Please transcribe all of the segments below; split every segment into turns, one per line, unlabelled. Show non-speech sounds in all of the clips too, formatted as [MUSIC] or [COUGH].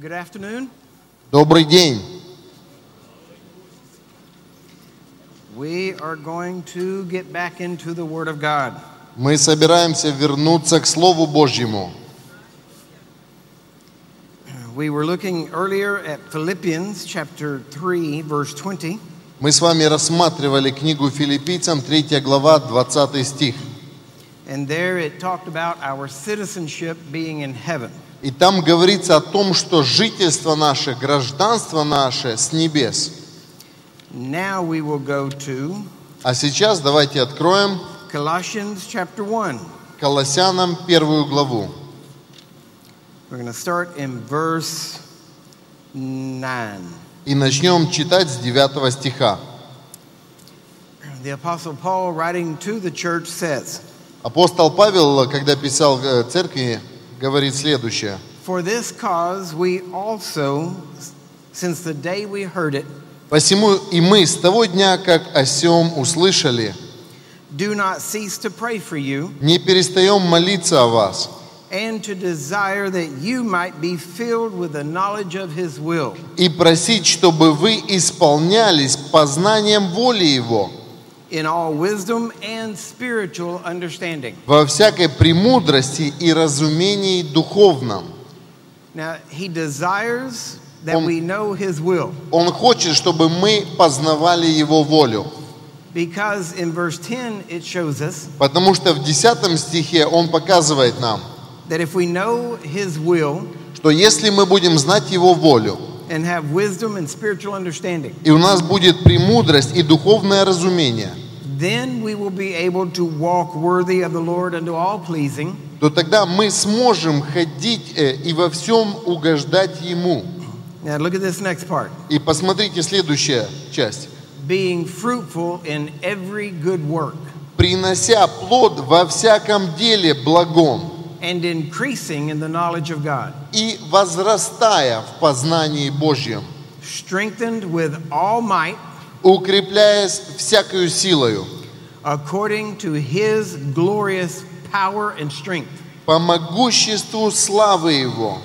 Good afternoon.
Добрый день.
We are going to get back into the Word of God.
Мы собираемся вернуться к Слову Божьему.
We were looking earlier at Philippians chapter 3, verse 20.
Мы с вами рассматривали книгу филиппийцам, 3 глава, 20 стих.
And there it talked about our citizenship being in heaven.
И там говорится о том, что жительство наше, гражданство наше с небес.
Now we will go to
А сейчас давайте откроем
Colossians chapter 1.
Колоссянам первую главу.
We're going to start in verse 9.
И начнем читать с 9 стиха.
The Apostle Paul, writing to the church, says,
Апостол Павел, когда писал э, церкви, говорит следующее.
For this cause we also, since the day we heard it,
«Посему и мы с того дня, как о сем услышали,
do not cease to pray for you
не перестаем молиться о вас,
and to desire that you might be filled with the knowledge of his will
и просить, чтобы вы исполнялись познанием воли Его
in all wisdom and spiritual understanding.
во всякой премудрости и разумении духовном».
Now, he desires that
Um,
we know his will
Он хочет, чтобы мы познавали Его волю,
because in verse 10 it shows us
потому что в 10 стихе Он показывает нам,
that if we know his will
что если мы будем знать Его волю,
and have wisdom and spiritual understanding,
и у нас будет премудрость и духовное разумение,
then we will be able to walk worthy of the Lord unto all pleasing.
то тогда мы сможем ходить э, и во всем угождать Ему.
Now, look at this next part.
И посмотрите следующая часть.
being fruitful in every good work
принося плод во всяком деле благом
and increasing in the knowledge of God,
и возрастая в познании Божьем,
strengthened with all might
укрепляясь всякою силою,
according to his glorious power and strength,
по могуществу славы Его,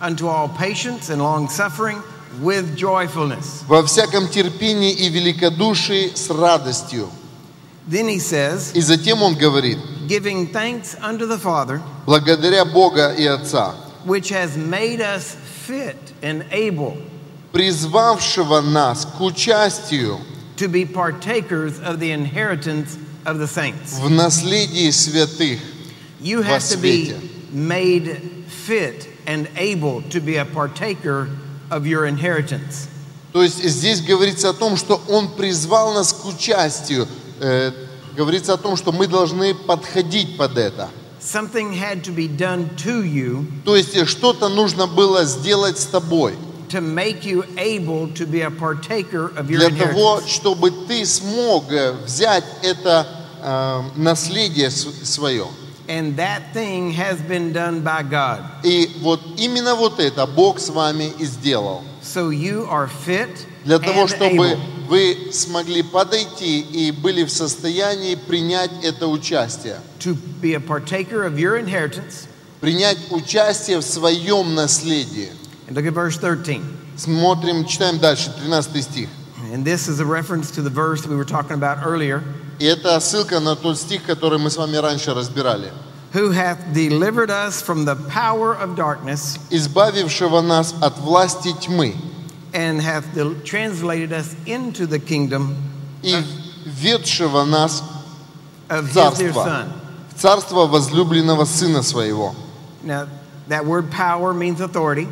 unto all patience and long suffering with joyfulness.
во всяком терпении и великодушии с радостью.
Then he says,
И затем он говорит,
giving thanks unto the Father,
благодаря Бога и Отца,
which has made us fit and able
призвавшего нас к участию
to be partakers of the inheritance of the saints.
в наследии святых.
You
во
have to be
свете.
made fit and able to be a partaker of your inheritance.
То есть здесь говорится о том, что Он призвал нас к участию. Э, говорится о том, что мы должны подходить под это.
Something had to be done to you
То есть э, что-то нужно было сделать с тобой
to make you able to be a partaker of your
для того,
inheritance.
чтобы ты смог э, взять это э, наследие с- свое.
And that thing has been done by God.
И вот именно вот это Бог с вами и сделал.
So you are fit
Для того,
and
чтобы
able.
вы смогли подойти и были в состоянии принять это участие.
to be a partaker of your inheritance.
Принять участие в своем наследии.
And look at verse 13.
Смотрим, читаем дальше, 13 стих.
And this is a reference to the verse we were talking about earlier.
И это ссылка на тот стих, который мы с вами раньше разбирали.
Who hath delivered us from the power of darkness
«Избавившего нас от власти тьмы
and hath del- translated us into the kingdom
и ведшего нас
of
Царство.
his dear son.
в царство возлюбленного Сына Своего».
Now, that word power means authority.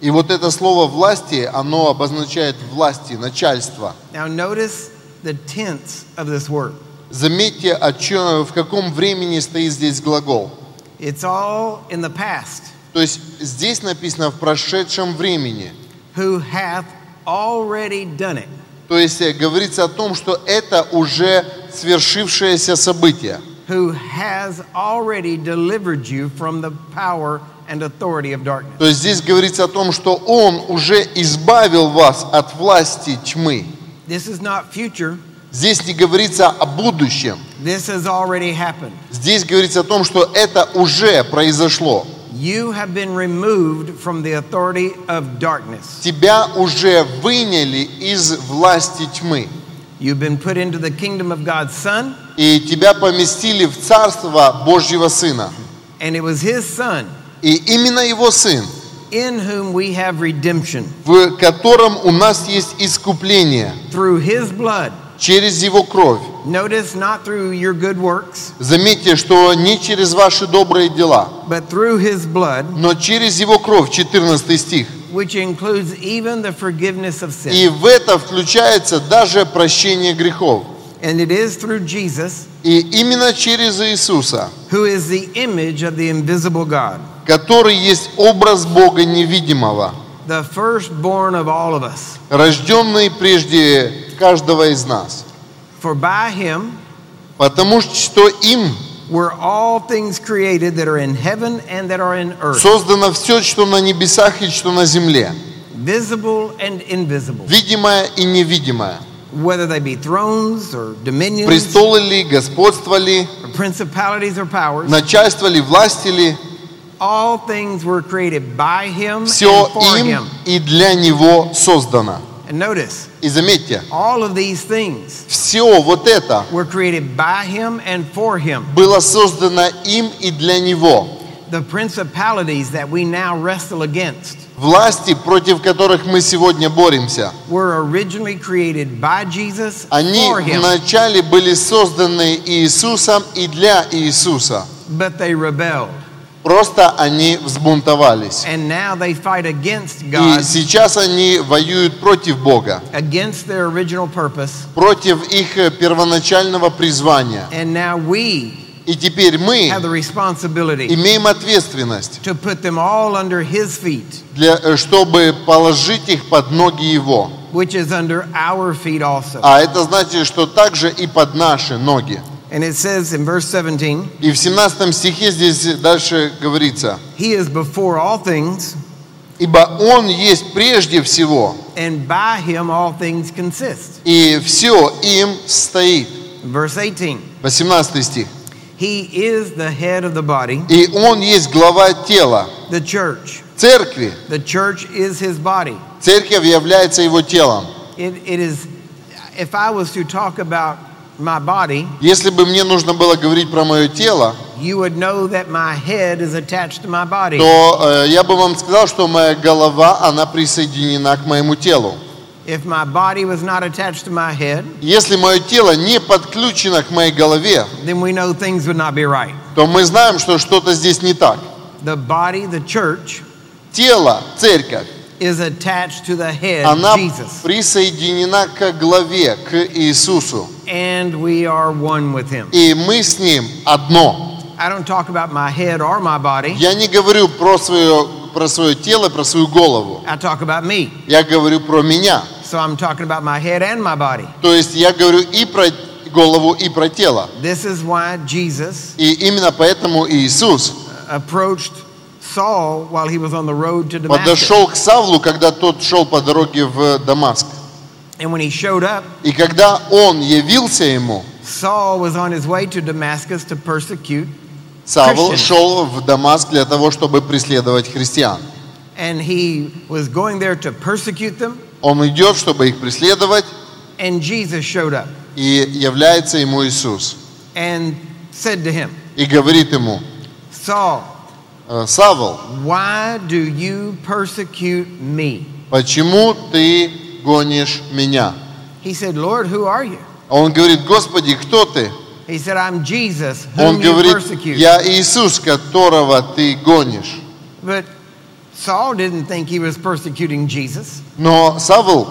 И вот это слово «власти», оно обозначает власти, начальство.
Now, notice the tense of this word.
Заметьте, о чё- в каком времени стоит здесь глагол.
It's all in the past.
То есть здесь написано «в прошедшем времени».
Who hath already done it.
То есть э, говорится о том, что это уже свершившееся событие.
Who has already delivered you from the power and authority of darkness.
То есть здесь говорится о том, что Он уже избавил вас от власти тьмы.
This is not future.
Здесь не говорится о будущем.
This has already happened.
Здесь говорится о том, что это уже произошло.
You have been removed from the authority of darkness.
Тебя уже выняли из власти тьмы.
You've been put into the kingdom of God's Son,
И тебя поместили в царство Божьего Сына.
and it was His Son
И именно Его Сын,
in whom we have redemption
в котором у нас есть искупление
through His blood.
через Его кровь.
Notice not through your good works,
Заметьте, что не через ваши добрые дела,
but through His blood,
но через Его кровь, 14 стих.
which includes even the forgiveness of sin.
И в это включается даже прощение грехов.
And it is through Jesus,
И именно через Иисуса,
who is the image of the invisible God,
который есть образ Бога невидимого,
the firstborn of all of us.
рожденный прежде каждого из нас.
For by Him
Потому что им
were all things created that are in heaven and that are in earth,
создано все, что на небесах и что на земле,
visible and invisible,
видимое и невидимое.
whether they be thrones or dominions,
Престолы ли, господство ли,
or principalities or powers.
начальство ли, власти ли,
All things were created by Him
все
and for
им
Him.
и для него создано.
And notice,
И заметьте,
all of these things
все вот это
were created by Him and for Him.
было создано им и для него.
The principalities that we now wrestle against
Власти, против которых мы сегодня боремся,
were originally created by Jesus
они
for Him,
вначале были созданы Иисусом и для Иисуса.
but they rebelled.
Просто они взбунтовались.
And now they fight against God,
И сейчас они воюют против Бога,
against their original purpose.
против их э, первоначального призвания.
And now we
И теперь мы
have the responsibility
имеем ответственность,
to put them all under His feet,
для, э, чтобы положить их под ноги Его.
which is under our feet also.
А это значит, что также и под наши ноги.
And it says in verse 17,
И в 17 стихе здесь дальше говорится,
He is before all things,
«Ибо Он есть прежде всего,
and by Him all things consist.
и все им стоит».
Verse 18,
18 стих.
He is the head of the body,
«И Он есть глава тела,
the church.
церкви.
The church is His body.
Церковь является Его телом».
It, it is, if I was to talk about my body,
Если бы мне нужно было говорить про мое тело,
you would know that my head is attached to my body.
то э, я бы вам сказал, что моя голова, она присоединена к моему телу.
If my body was not attached to my head,
Если мое тело не подключено к моей голове,
then we know things would not be right.
то мы знаем, что что-то здесь не так.
The body, the church,
Тело, церковь,
is attached to the head,
она
Jesus,
присоединена к главе, к Иисусу.
and we are one with Him.
И мы с Ним одно.
I don't talk about my head or my body.
Я не говорю про свое, про свое тело, про свою голову.
I talk about me.
Я говорю про меня.
So I'm talking about my head and my body.
То есть я говорю и про голову, и про тело.
This is why Jesus
И именно поэтому Иисус
approached Saul while he was on the road to Damascus.
подошел к Савлу, когда тот шел по дороге в Дамаск.
And when he showed up,
И когда он явился ему,
Saul was on his way to Damascus to persecute,
Савл
Christian.
шел в Дамаск для того, чтобы преследовать христиан.
and he was going there to persecute them,
Он идет, чтобы их преследовать,
and Jesus showed up
и является ему Иисус.
and said to him,
И говорит ему,
Saul,
«Э, Савл,
why do you persecute me?
почему ты гонишь меня?
He said, Lord, who are you?
А Он говорит, Господи, кто ты?
He said, I'm Jesus,
Он
whom you
говорит,
persecute.
я Иисус, которого ты гонишь.
But Saul didn't think he was persecuting Jesus.
Но Савл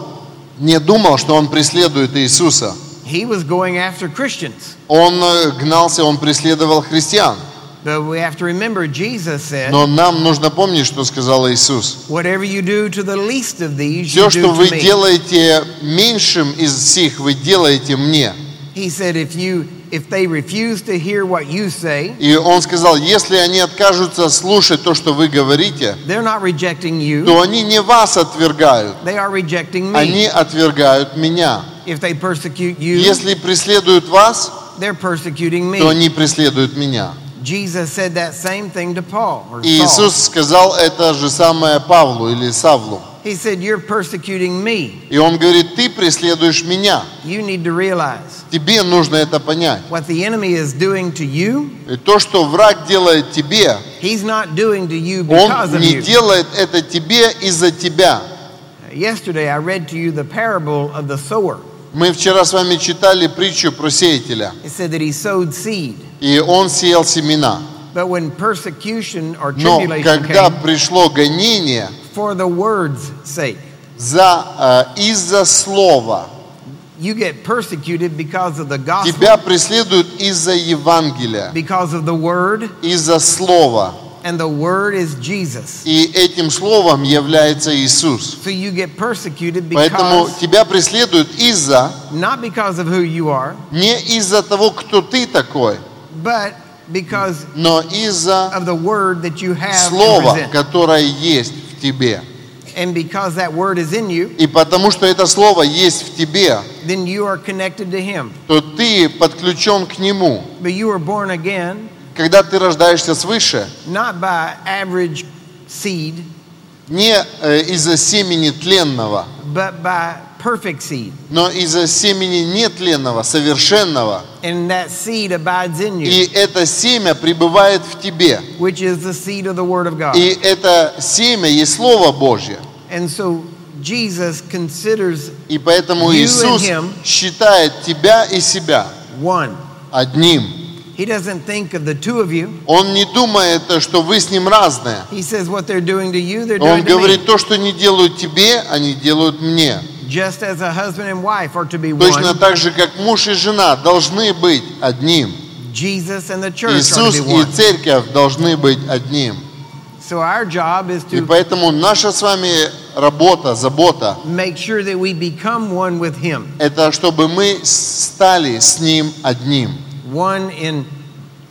не думал, что он преследует Иисуса.
He was going after Christians.
Он э, гнался, он преследовал христиан.
But we have to remember, Jesus said,
Но нам нужно помнить, что сказал Иисус.
Whatever you do to the least of these,
Все,
you
что
do
вы
to me.
делаете меньшим из всех, вы делаете мне.
He said, if you if they refuse to hear what you say,
И он сказал, если они откажутся слушать то, что вы говорите,
they're not rejecting you.
то они не вас отвергают,
They are rejecting me.
они отвергают меня.
if they persecute you,
Если преследуют вас,
they're persecuting me.
то они преследуют меня.
Jesus said that same thing to Paul or
И
Saul.
Иисус сказал это же самое Павлу или Савлу.
He said, You're persecuting me.
И он говорит, ты преследуешь меня.
You need to realize
Тебе нужно это понять.
what the enemy is doing to you,
И то, что враг делает тебе,
he's not doing to you because
он
of
не
you.
делает это тебе из-за тебя.
Yesterday, I read to you the parable of the sower.
Мы вчера с вами читали притчу про сеятеля.
It said that he sowed seed,
И он сеял семена.
but when persecution or
Но
tribulation
когда
came,
пришло гонение
for the word's sake,
за, э, из-за слова,
you get persecuted because of the gospel,
тебя преследуют из-за Евангелия,
because of the word,
из-за слова.
and the word is Jesus.
И этим словом является Иисус.
So you get persecuted
Поэтому
because,
тебя преследуют из-за,
not because of who you are,
не из-за того, кто ты такой,
but because
но из-за
of the word that you have and
слова,
present.
которое есть в тебе.
And because that word is in you,
И потому что это слово есть в тебе,
then you are connected to Him.
то ты подключен к нему.
But you are born again,
Когда ты rождаешься свыше,
not by average seed,
не э, из-за семени тленного,
but by perfect seed.
но из-за семени нетленного, совершенного.
And that seed abides in you,
И это семя пребывает в тебе.
which is the seed of the Word of God.
И это семя есть Слово Божье.
And so Jesus considers
И поэтому
You and
Иисус
him.
считает тебя и себя
one.
одним.
He doesn't think of the two of you.
Он не думает, э, что вы с ним разные.
He says what they're doing to you, they're
Он
doing to me.
говорит, то, что не делают тебе, они делают мне.
Just as a husband and wife are to be
Точно
one,
так же, как муж и жена должны быть одним.
Jesus and the church are
Иисус
to be
и
one.
церковь должны быть одним.
So our job is
И
to
поэтому наша с вами работа, забота,
make sure that we become one with Him,
это чтобы мы стали с Ним одним.
one in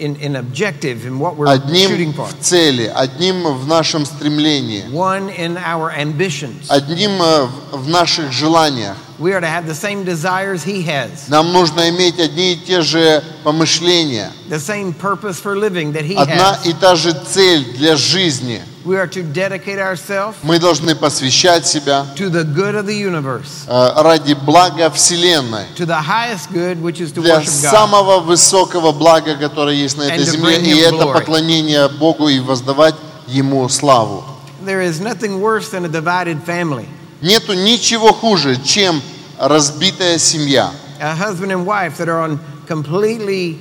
in, in objective in what we're shooting
Одним
for,
в цели, одним в нашем стремлении,
one in our ambitions.
одним э, в- в наших желаниях.
We are to have the same desires He has,
Нам нужно иметь одни и те же помышления,
the same purpose for living that He
одна
has.
и та же цель для жизни.
We are to dedicate ourselves
Мы должны посвящать себя
to the good of the universe,
э, ради блага Вселенной,
to the highest good, which is to
для
worship God.
самого высокого блага, которое есть на этой
to
земле,
bring
и
Him
это
glory.
поклонение Богу и воздавать Ему славу.
There is nothing worse than a divided family.
Нету ничего хуже, чем разбитая семья.
A husband and wife that are on completely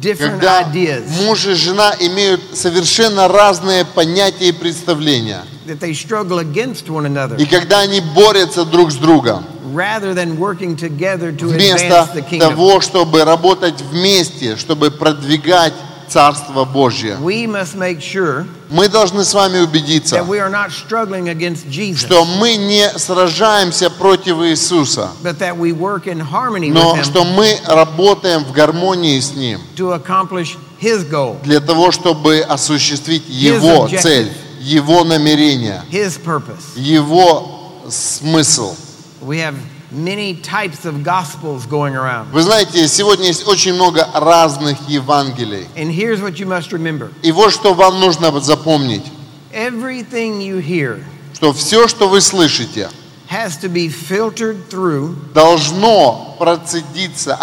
different
Когда
ideas.
муж и жена имеют совершенно разные понятия и представления.
that they struggle against one another
И когда они борются друг с другом,
rather than working together to
вместо
advance the kingdom.
того, чтобы работать вместе, чтобы продвигать Царство Божье.
We must make sure
Мы должны с вами убедиться,
that we are not struggling against Jesus,
что мы не сражаемся против Иисуса,
but that we work in harmony
но
with Him
что мы работаем в гармонии с Ним
to accomplish His goal,
для того, чтобы осуществить Его
objective.
цель, Его намерение,
His purpose.
Его смысл.
We have many types of gospels going around.
Вы знаете, сегодня есть очень много разных Евангелий.
And here's what you must remember
И вот что вам нужно запомнить,
everything you hear
что все, что вы слышите,
has to be filtered through
должно процедиться,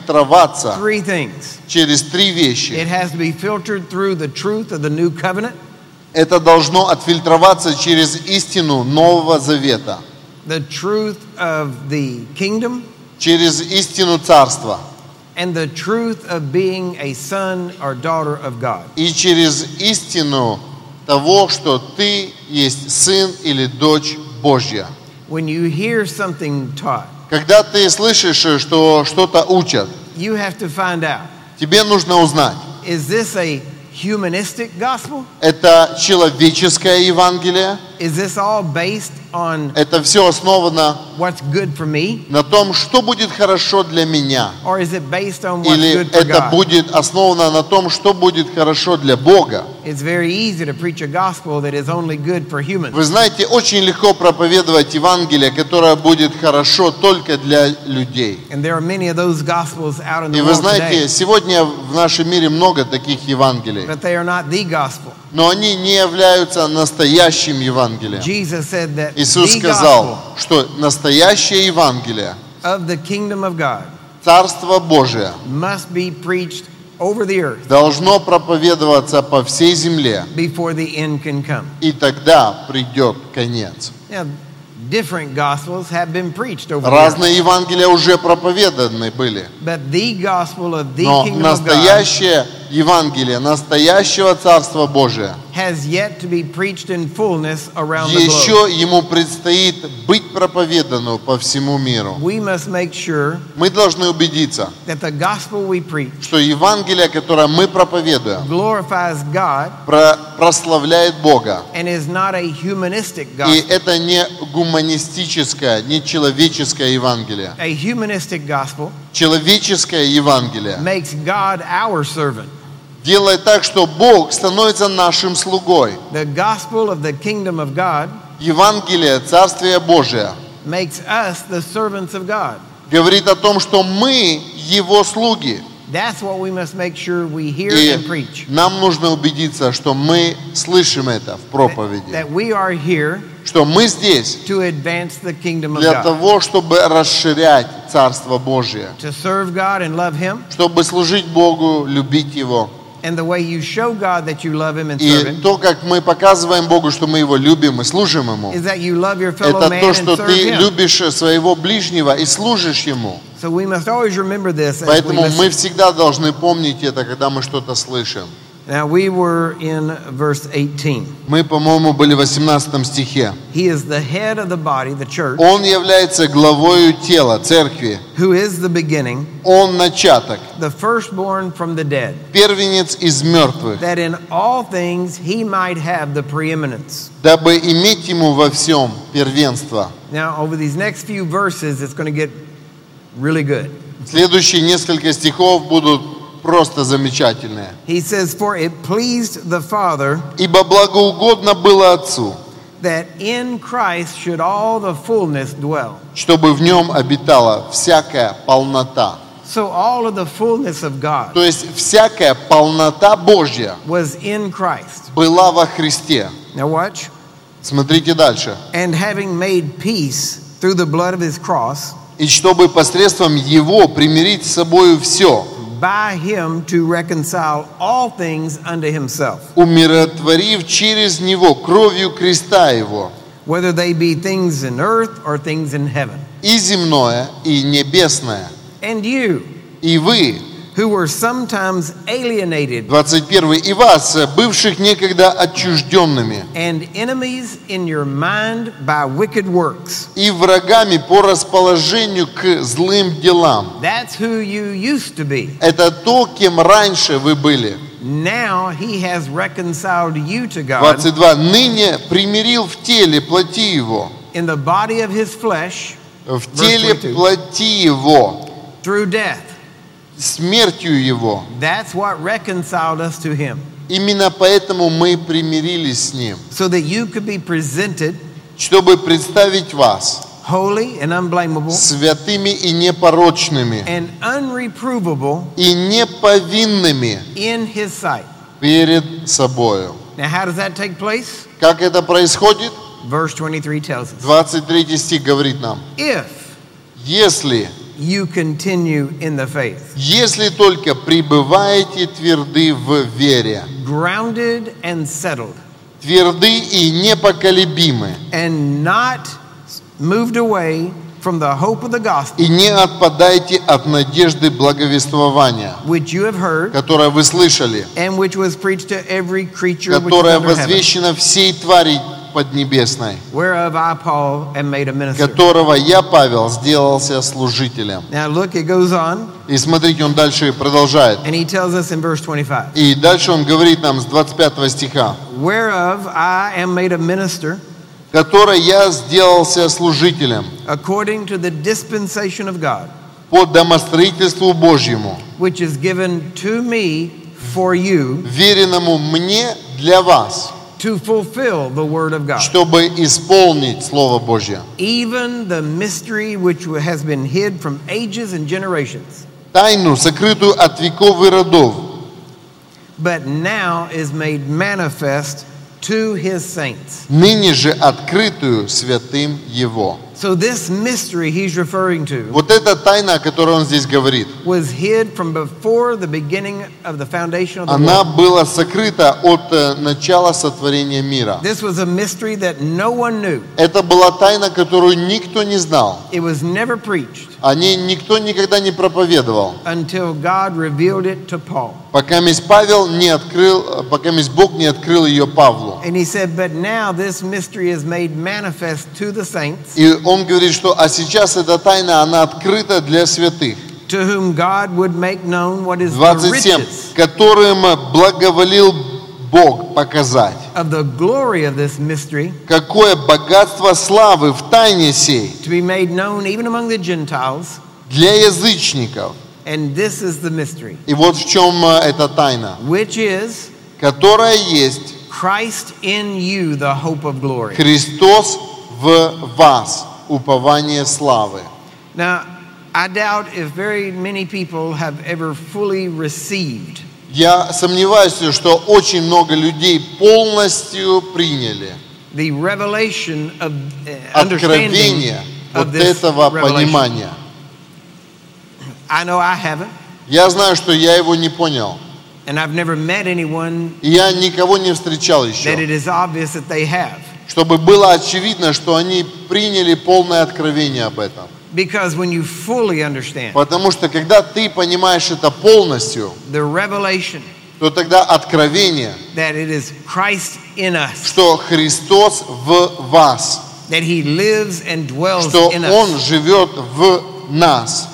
отфильтроваться
three things.
через три
It
вещи.
has to be filtered through the truth of the new covenant,
Это должно отфильтроваться через истину Нового Завета,
the truth of the kingdom,
через истину Царства
and the truth of being a son or daughter of God.
и через истину того, что ты есть сын или дочь Божья.
When you hear something taught,
Когда ты слышишь, э, что что-то учат,
you have to find out
тебе нужно узнать,
is this a humanistic gospel
это человеческое Евангелие
Is this all based on
Это все основано
what's good for me?
на том, что будет хорошо для меня.
Or is it based on what's
Или
good for
это
God?
будет основано на том, что будет хорошо для Бога.
It's very easy to preach a gospel that is only good for humans.
Вы знаете, очень легко проповедовать Евангелие, которое будет хорошо только для людей.
And there are many of those gospels out in
И
the
вы
world today,
знаете, сегодня в нашем мире много таких Евангелий,
but they are not the gospel.
но они не являются настоящим Евангелием.
Jesus said that
Иисус
the
сказал, что настоящее Евангелие,
gospel of the kingdom of God
Царство Божие,
must be preached over the earth
должно проповедоваться по всей земле,
before the end can come.
и тогда придет конец.
Now, different gospels have been preached over the earth,
Разные Евангелия уже проповеданы были,
but the gospel of the
но
kingdom of God
настоящее Евангелие, настоящего Царства Божия,
has yet to be preached in fullness around the globe.
еще ему предстоит быть проповедану по всему миру.
We must make sure
Мы должны убедиться,
that the gospel we preach
что Евангелие, которое мы проповедуем,
glorifies God
про- прославляет Бога.
and is not a humanistic
И
gospel.
это не гуманистическое, не человеческое Евангелие.
A humanistic gospel
Человеческое Евангелие
makes God our servant.
делает так, что Бог становится нашим слугой.
The gospel of the kingdom of God
Евангелие Царствия Божия
makes us the servants of God.
говорит о том, что мы Его слуги.
That's what we must make sure we hear and
И
preach.
нам нужно убедиться, что мы слышим это в проповеди,
That we are here
что мы здесь
to advance the kingdom of
для
God,
того, чтобы расширять Царство Божие,
to serve God and love Him.
чтобы служить Богу, любить Его.
And the way you show God that you love Him and serve
И
Him
то, как мы показываем Богу, что мы Его любим и служим Ему,
is that you love your fellow
это
man
то,
and
что
serve
ты
Him.
любишь своего ближнего и служишь Ему.
So we must always remember this. As we
Поэтому мы
listen.
всегда должны помнить это, когда мы что-то слышим.
Now we were in verse 18.
Мы, по-моему, были в 18 стихе.
He is the head of the body, the church,
Он является главою тела, церкви.
who is the beginning,
Он начаток,
the firstborn from the dead,
первенец из мертвых,
that in all things he might have the preeminence.
дабы иметь ему во всем первенство.
Now, over these next few verses, it's going to get really good.
Следующие несколько стихов будут просто замечательные.
He says, For it pleased the Father
«Ибо благоугодно было Отцу,
that in Christ should all the fullness dwell.
чтобы в нем обитала всякая полнота».
So, all of the fullness of God
То есть всякая полнота Божья
was in Christ.
была во Христе.
Now, watch.
Смотрите дальше.
And having made peace through the blood of his cross,
«И чтобы посредством Его примирить с собою все,
by him to reconcile all things unto himself,
умиротворив через Него кровью креста Его,
whether they be things in earth or things in heaven.
и земное, и небесное.
And you,
И вы,
who were sometimes alienated
21 и вас, бывших некогда отчужденными,
and enemies in your mind by wicked works,
и врагами по расположению к злым делам.
that's who you used to be.
Это то, кем раньше вы были.
Now he has reconciled you to God
22. «Ныне примирил в теле плоти его».
in the body of his flesh
В теле
22.
плоти его,
through death.
смертью его.
That's what reconciled us to him,
Именно поэтому мы примирились с ним,
so that you could be presented
чтобы представить вас
holy and unblameable
святыми и непорочными,
and unreprovable
и неповинными
in his sight.
перед собою.
Now, how does that take place?
Как это происходит?
Verse 23 tells us
23 стих говорит нам,
if
если,
you continue in the faith,
если только пребываете тверды в вере,
grounded and settled,
тверды и непоколебимы,
and not moved away from the hope of the gospel
и не отпадайте от надежды благовествования,
which you have heard
которое вы слышали,
and which was preached to every creature which is
которая
under heaven,
возвещена всей твари поднебесной,
whereof I, Paul, am made a minister.
которого я, Павел, сделался служителем.
Now, look, it goes on,
И смотрите, он дальше продолжает.
and he tells us in verse 25
И дальше он говорит нам с 25 стиха.
whereof I am made a minister
которой я сделался служителем
according to the dispensation of God,
по домостроительству Божьему,
which is given to me for you
веренному мне для вас,
to fulfill the word of God,
чтобы исполнить Слово Божье.
even the mystery which has been hid from ages and generations,
Тайну, сокрытую от веков и родов,
but now is made manifest to his saints.
ныне же открытую святым Его.
So, this mystery he's referring to
Вот эта тайна, о которой он здесь говорит,
was hid from before the beginning of the foundation of the
она
world.
была сокрыта от э, начала сотворения мира.
This was a mystery that no one knew.
Это была тайна, которую никто не знал.
It was never preached
О ней никто никогда не проповедовал.
until God revealed it to Paul.
Пока мисс Павел не открыл, э, пока мисс Бог не открыл ее Павлу.
And he said, But now this mystery is made manifest to the saints,
И он говорит, что а сейчас эта тайна, она открыта для святых.
to whom God would make known what is the
27.
riches
Которым э, благоволил Бог показать.
of the glory of this mystery,
Какое богатство славы в тайне сей
to be made known even among the Gentiles.
для язычников.
And this is the mystery,
И вот в чем э, эта тайна,
which is
которая есть
Christ in you, the hope of glory.
Христос в вас, упование славы.
Now, I doubt if very many people have ever fully received
Я сомневаюсь, что очень много людей полностью приняли
the revelation of uh, understanding
откровение
of
вот
this
этого
revelation.
понимания.
I know I haven't,
Я знаю, что я его не понял.
and I've never met anyone
И я никого не встречал
that
еще.
it is obvious that they have.
Чтобы было очевидно, что они приняли полное откровение об этом.
Because when you fully understand
Потому что когда ты понимаешь это полностью,
the revelation
то тогда откровение,
that it is Christ in us,
что Христос в вас,
that He lives and dwells
что
in
Он
us,
живет в нас.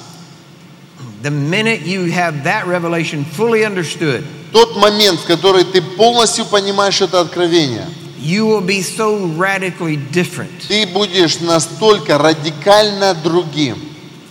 the minute you have that revelation fully understood,
Тот момент, в который ты полностью понимаешь это откровение,
you will be so radically different
ты будешь настолько радикально другим,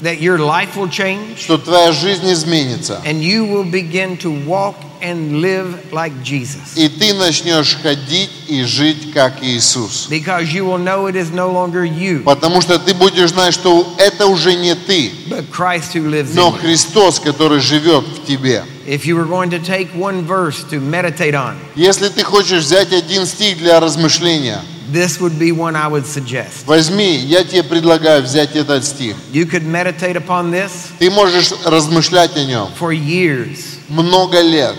that your life will change
что твоя жизнь изменится.
and you will begin to walk and live like Jesus.
И ты начнешь ходить и жить как Иисус.
Because you will know it is no longer you,
Потому что ты будешь знать, что это уже не ты,
but Christ who lives
но
in you.
Христос, который живет в тебе.
If you were going to take one verse to meditate on,
Если ты хочешь взять один стих для размышления,
this would be one I would suggest.
возьми, я тебе предлагаю взять этот стих.
You could meditate upon this
Ты можешь размышлять о нем
for years
много лет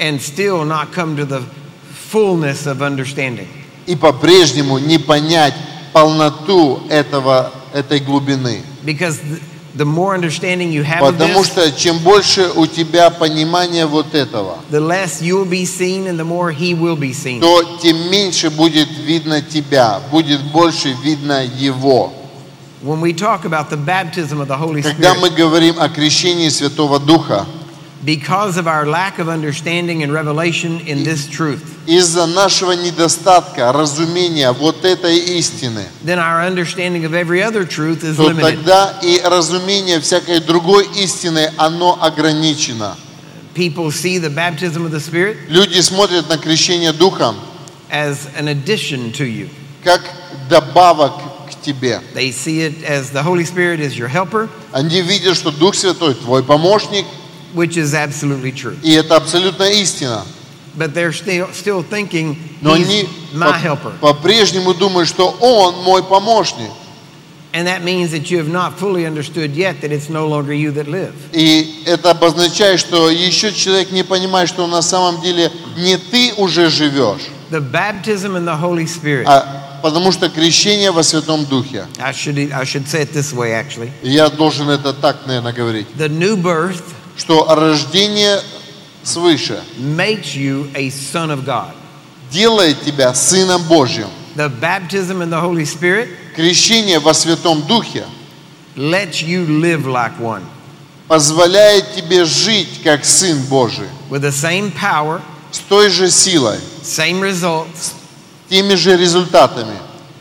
and still not come to the fullness of understanding.
и по-прежнему не понять полноту этого, этой глубины.
Because th- the more understanding you have of
Потому
this,
что чем больше у тебя понимания вот этого,
the less you'll be seen and the more he will be seen.
то тем меньше будет видно тебя, будет больше видно Его.
When we talk about the baptism of the Holy
Когда мы
Spirit,
говорим о крещении Святого Духа,
because of our lack of understanding and revelation in this truth,
из-за нашего недостатка разумения вот этой истины,
then our understanding of every other truth is
то
limited.
тогда и разумение всякой другой истины, оно ограничено.
People see the baptism of the Spirit
Люди смотрят на крещение Духом
as an addition to you.
как добавок к тебе.
They see it as the Holy Spirit is your helper,
Они видят, что Дух Святой твой помощник,
which is absolutely true.
и это абсолютно истина.
But they're still still thinking
Но они
he's my helper.
по- по-прежнему думают, что Он мой помощник.
And that means that you have not fully understood yet that it's no longer you that live.
И это обозначает, что еще человек не понимает, что на самом деле не ты уже живешь,
The baptism in the Holy Spirit.
а потому что крещение во Святом Духе.
I should I should say it this way actually.
И Я должен это так, наверное, говорить,
The new birth
что рождение свыше
makes you a son of God.
делает тебя Сыном Божьим.
The baptism in the Holy Spirit
Крещение во Святом Духе
lets you live like one
позволяет тебе жить как Сын Божий,
with the same power,
с той же силой,
same results,
теми же результатами.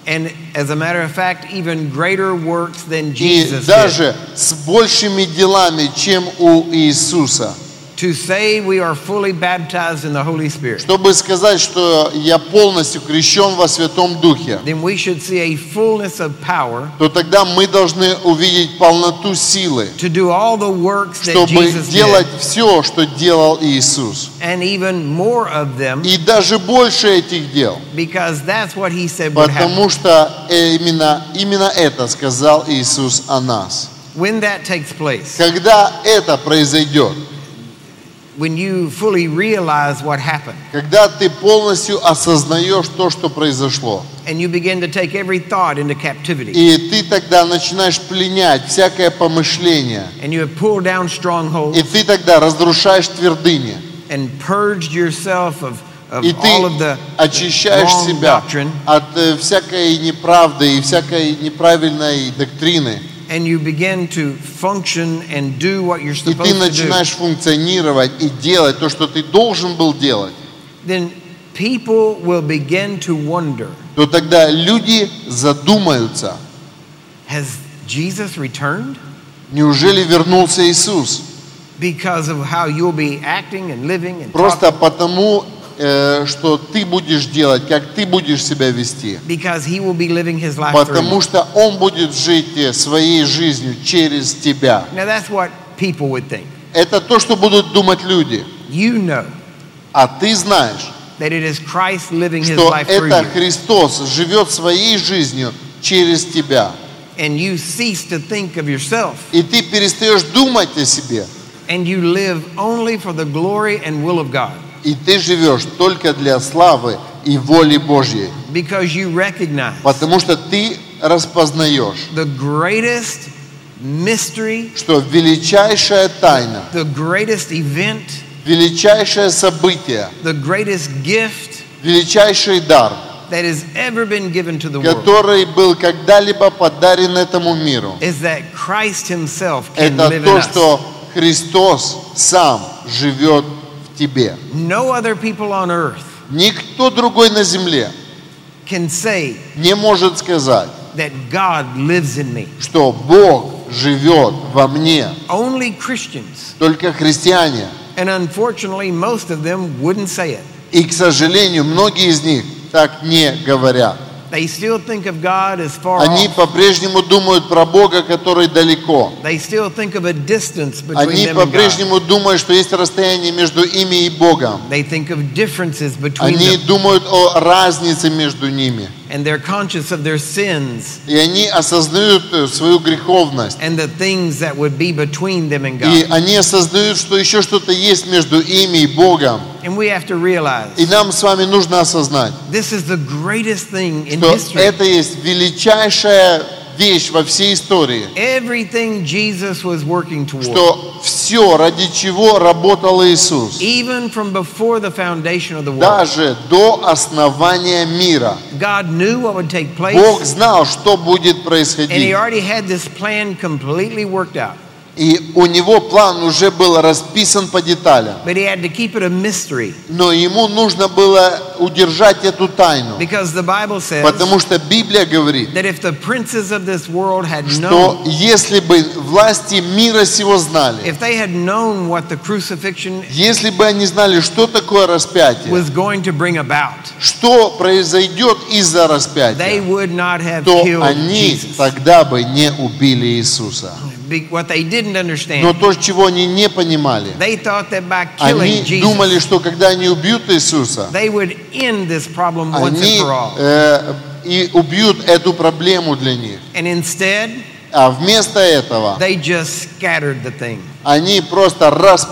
and as a matter of fact, even greater works than
И
Jesus did.
даже с большими делами, чем у Иисуса.
To say we are fully baptized in the Holy Spirit,
Чтобы сказать, что я полностью крещен во Святом Духе,
then we should see a fullness of power
то тогда мы должны увидеть полноту силы,
to do all the works that
чтобы
Jesus
делать
did,
все, что делал Иисус.
and even more of them,
И даже больше этих дел,
because that's what he said would happen.
потому что э, именно, именно это сказал Иисус о нас.
When that takes place,
Когда это произойдет,
when you fully realize what happened,
когда ты полностью осознаешь то, что произошло,
and you begin to take every thought into captivity,
и ты тогда начинаешь пленять всякое помышление,
and you have pulled down strongholds
и ты тогда разрушаешь твердыни,
and purged yourself of, of
и
all
ты
of the
очищаешь
wrong
себя
doctrine,
от э, всякой неправды и всякой неправильной доктрины,
and you begin to function and do what you're
и ты
supposed to do,
начинаешь функционировать и делать то, что ты должен был делать,
then people will begin to wonder
то тогда люди задумаются,
Has Jesus returned?
неужели вернулся Иисус?
Because of how you'll be acting and living and
Просто
talking.
потому, э, что ты будешь делать, как ты будешь себя вести.
Because he will be living his life through you.
Потому что Он будет жить э, своей жизнью через тебя.
Now that's what people would think.
Это то, что будут думать люди.
You know
А ты знаешь,
that it is Christ living his
что
life through
это
you.
Христос живет своей жизнью через тебя.
And you cease to think of yourself
И ты перестаешь думать о себе.
and you live only for the glory and will of God.
И ты живешь только для славы и воли Божьей.
Because you recognize
Потому что ты распознаешь,
the greatest mystery,
что величайшая тайна
the greatest event,
величайшее событие,
the greatest gift
величайший дар,
that has ever been given to the world.
который был когда-либо подарен этому миру.
is that Christ Himself can
Это
live in
то,
us.
что Христос сам живет в тебе.
No other people on earth
Никто другой на земле
can say
не может сказать,
that God lives in me.
что Бог живет во мне.
Only Christians,
Только христиане.
and unfortunately, most of them wouldn't say it.
И, к сожалению, многие из них так не говорят.
They still think of God as far
Они
off.
по-прежнему думают про Бога, который далеко.
They still think of a distance between
Они
them and God.
по-прежнему думают, что есть расстояние между ими и Богом.
They think of differences between
Они
them,
думают о разнице между ними.
and they're conscious of their sins
И они осознают э, свою греховность.
and the things that would be between them and
И
God.
они осознают, что еще что-то есть между ими и Богом.
And we have to realize
И нам с вами нужно осознать,
this is the greatest thing in
что
history.
это есть величайшая вещь во всей истории.
Everything Jesus was working toward,
Что все, ради чего работал Иисус,
even from before the foundation of the world,
даже до основания мира.
God knew what would take
Бог
place,
знал, что будет
and He
происходить.
already had this plan completely worked out.
И у него план уже был расписан по деталям.
But He had to keep it a mystery
Но ему нужно было удержать эту тайну.
because the Bible says
Потому что Библия говорит,
that if the princes of this world had
что
known,
если бы власти мира сего знали,
if they had known what the crucifixion
если бы они знали, что такое распятие,
was going to bring about,
что произойдет из-за
they
распятия,
would not have
то
killed
они
Jesus.
тогда бы не убили Иисуса.
Be- What they didn't
Но
understand,
то, чего они не понимали,
they thought that by
они
killing Jesus,
думали, что когда они убьют Иисуса,
they would end this problem once
они
and for all.
э, и убьют эту проблему для них.
And instead,
А вместо этого
they just scattered the thing
они просто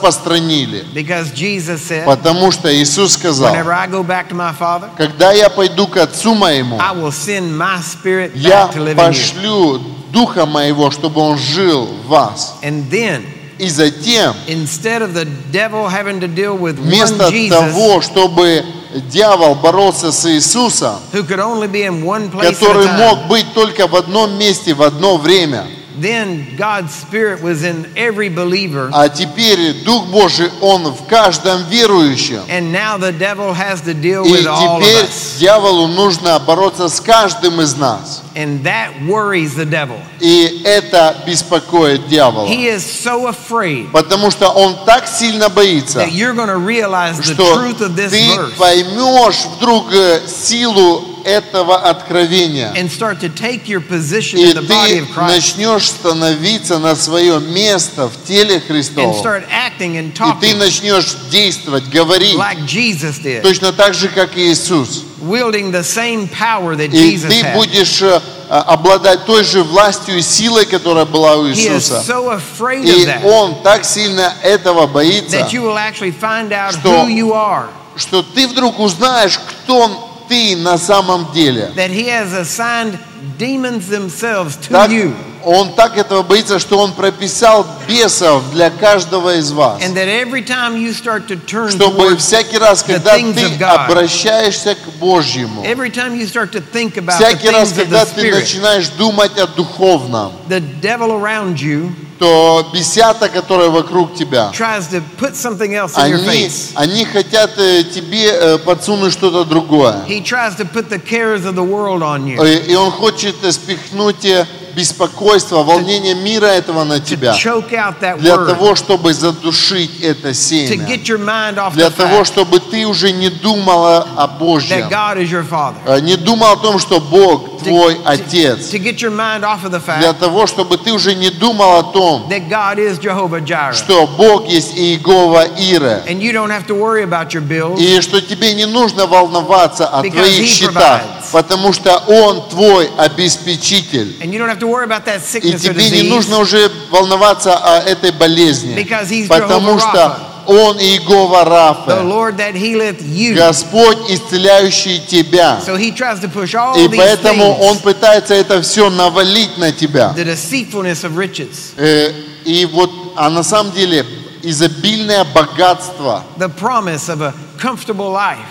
распространили.
because Jesus said,
Потому что Иисус сказал,
Whenever I go back to my Father,
когда я пойду к Отцу моему,
I will send my spirit
я
back to live in you.
пошлю Духа моего, чтобы он жил в вас.
And then,
И затем,
instead of the devil having to deal with
вместо
one Jesus
того, чтобы дьявол боролся с Иисусом,
who could only be in one place at a
который
time,
мог быть только в одном месте в одно время,
then God's Spirit was in every believer,
А теперь Дух Божий, Он в каждом верующем.
and now the devil has to deal
И
with all of
теперь
us.
дьяволу нужно бороться с каждым из нас.
And that worries the devil.
И это беспокоит дьявола.
He is so afraid
Потому что он так сильно боится,
that you're going to realize the
что
truth of this
ты
verse
поймешь вдруг э, силу этого откровения.
and start to take your position
И
in the body
ты
of Christ
начнешь становиться на свое место в теле
and
Христова.
start acting and
И ты
talking
начнешь действовать, говорить,
like Jesus did,
точно так же, как и Иисус.
wielding the same power that
И
Jesus
ты
had.
будешь э, обладать той же властью и силой, которая была у
He is
Иисуса.
so afraid of
И
that
он так сильно этого боится,
that you will actually find out
Что-
who you are.
что ты вдруг узнаешь, кто ты на самом деле.
That he has assigned demons themselves to
Так,
you,
он так этого боится, что он прописал бесов для каждого из вас.
and that every time you start to turn
Чтобы
towards
всякий раз, когда
things
ты
of God.
обращаешься к Божьему,
Every time you start to think about the
всякий раз,
things of the
когда ты
Spirit,
начинаешь думать о духовном,
the devil around you
то бесята, которые вокруг тебя,
tries to put something else in your
они,
face.
они хотят э, тебе э, подсунуть что-то другое.
He tries to put the cares of the world on you,
Э, И он хочет э, спихнуть э, беспокойство, волнение мира этого на
to
тебя.
choke out that
Для
word,
того, чтобы задушить это
to
семя.
get your mind off
Для
the
того,
fact
чтобы ты уже не думала о Божьем.
that God is your Father,
Э, Не думал о том, что Бог
to,
твой
to-
Отец.
to get your mind off of the
Для
fact
того, чтобы ты уже не думал о том,
that God is Jehovah Jireh,
что Бог есть Иегова Ира.
and you don't have to worry about your bills
И что тебе не нужно волноваться о
Because
твоих
He
счетах,
provides.
потому что Он твой обеспечитель.
and you don't have to worry about that
И
sickness or
тебе не нужно
disease
уже волноваться о этой болезни,
because He's
потому
Jehovah
что
Rapha,
Он Иегова
the
Рафа,
Lord that healeth you.
Господь, исцеляющий тебя.
So He tries to push all
И
these
поэтому Он
things
пытается это все навалить на тебя.
the deceitfulness of riches,
Э, И вот, а на самом деле изобильное богатство,
the promise of a comfortable life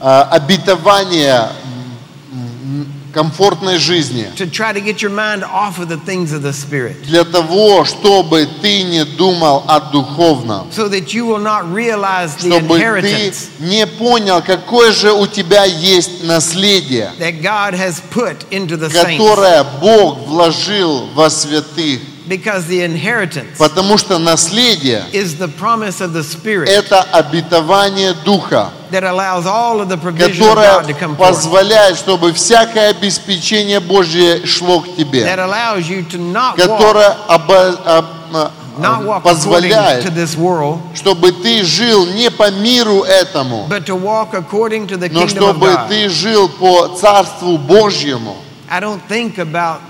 э, обетование м, м, комфортной жизни
to try to get your mind off of the things of the Spirit
для того, чтобы ты не думал о духовном,
so that you will not realize the
чтобы ты
inheritance
не понял, какое же у тебя есть наследие,
that God has put into the saints
которое Бог вложил во святых.
because the inheritance
Потому что наследие
is the promise of the
–
Spirit
это обетование Духа.
that allows all of the provision of God to
которая
come forth.
позволяет, чтобы всякое обеспечение Божье шло к тебе,
That allows you to not walk,
которая обо- об- а,
not walk according to
позволяет,
this world,
чтобы ты жил не по миру этому,
but to walk according to the
но
kingdom of
чтобы
God.
ты жил по Царству Божьему.
I don't think about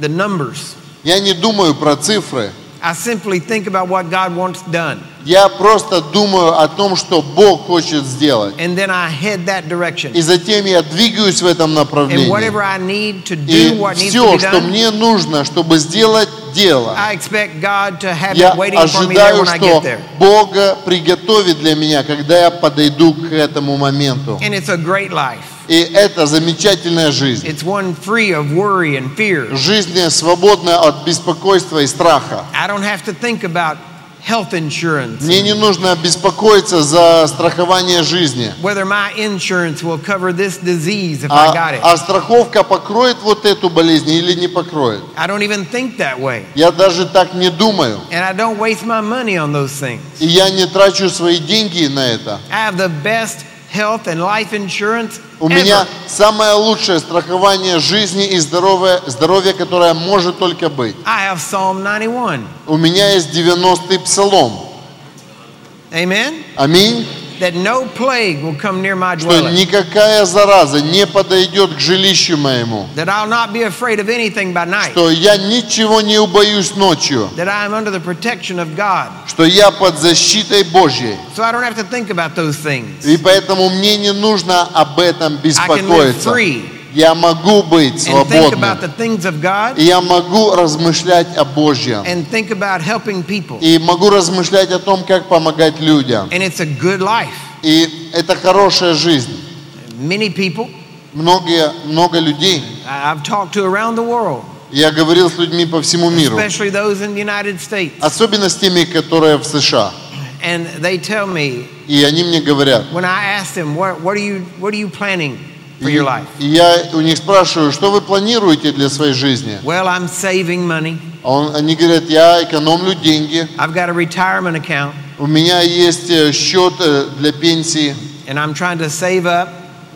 the numbers.
Я не думаю про цифры,
I simply think about what God wants done.
я просто думаю о том, что Бог хочет сделать.
And then I head that direction.
И затем я двигаюсь в этом
And
направлении.
whatever I need to do,
И
what needs to
все,
be
что
done,
мне нужно, чтобы сделать дело,
I expect God to have
Я
it waiting for me there
ожидаю,
when I
что
get there.
Бога приготовит для меня, когда я подойду к этому моменту.
And it's a great life.
И это замечательная жизнь.
It's one free of worry and fear.
Жизнь свободная от беспокойства и страха.
I don't have to think about health insurance,
Мне не нужно беспокоиться за страхование жизни.
whether my insurance will cover this disease if I got
А,
it.
а страховка покроет вот эту болезнь или не покроет?
I don't even think that way.
Я даже так не думаю.
And I don't waste my money on those things.
И я не трачу свои деньги на это.
I have the best health and life insurance
У меня
ever.
самое лучшее страхование жизни и здоровья, здоровье, которое может только быть.
I have Psalm 91.
У меня есть 90-й псалом.
Amen?
Аминь.
That no plague will come near my
Что
dwelling.
никакая зараза не подойдет к жилищу моему.
That I'll not be afraid of anything by night.
Что я ничего не убоюсь ночью.
That I am under the protection of God.
Что я под защитой Божьей.
So I don't have to think about those things.
И поэтому мне не нужно об этом беспокоиться.
free.
Я могу быть
And think about
свободным.
the things of God
И я могу размышлять о Божьем.
and think about helping people.
И могу размышлять о том, как помогать людям.
And it's a good life.
И это хорошая жизнь.
Many people
Многие, много людей,
I- I've talked to around the world
Я говорил с людьми по всему миру,
especially those in the United States.
особенно с теми, которые в США.
And they tell me,
И они мне говорят,
when I ask them, what, what, are, you, what are you planning for
и
your life?
и я у них спрашиваю, что вы планируете для своей жизни?
Well, I'm saving money.
А он- они говорят, я экономлю деньги,
I've got a retirement account,
у меня есть э, счет э, для пенсии,
and I'm trying to save up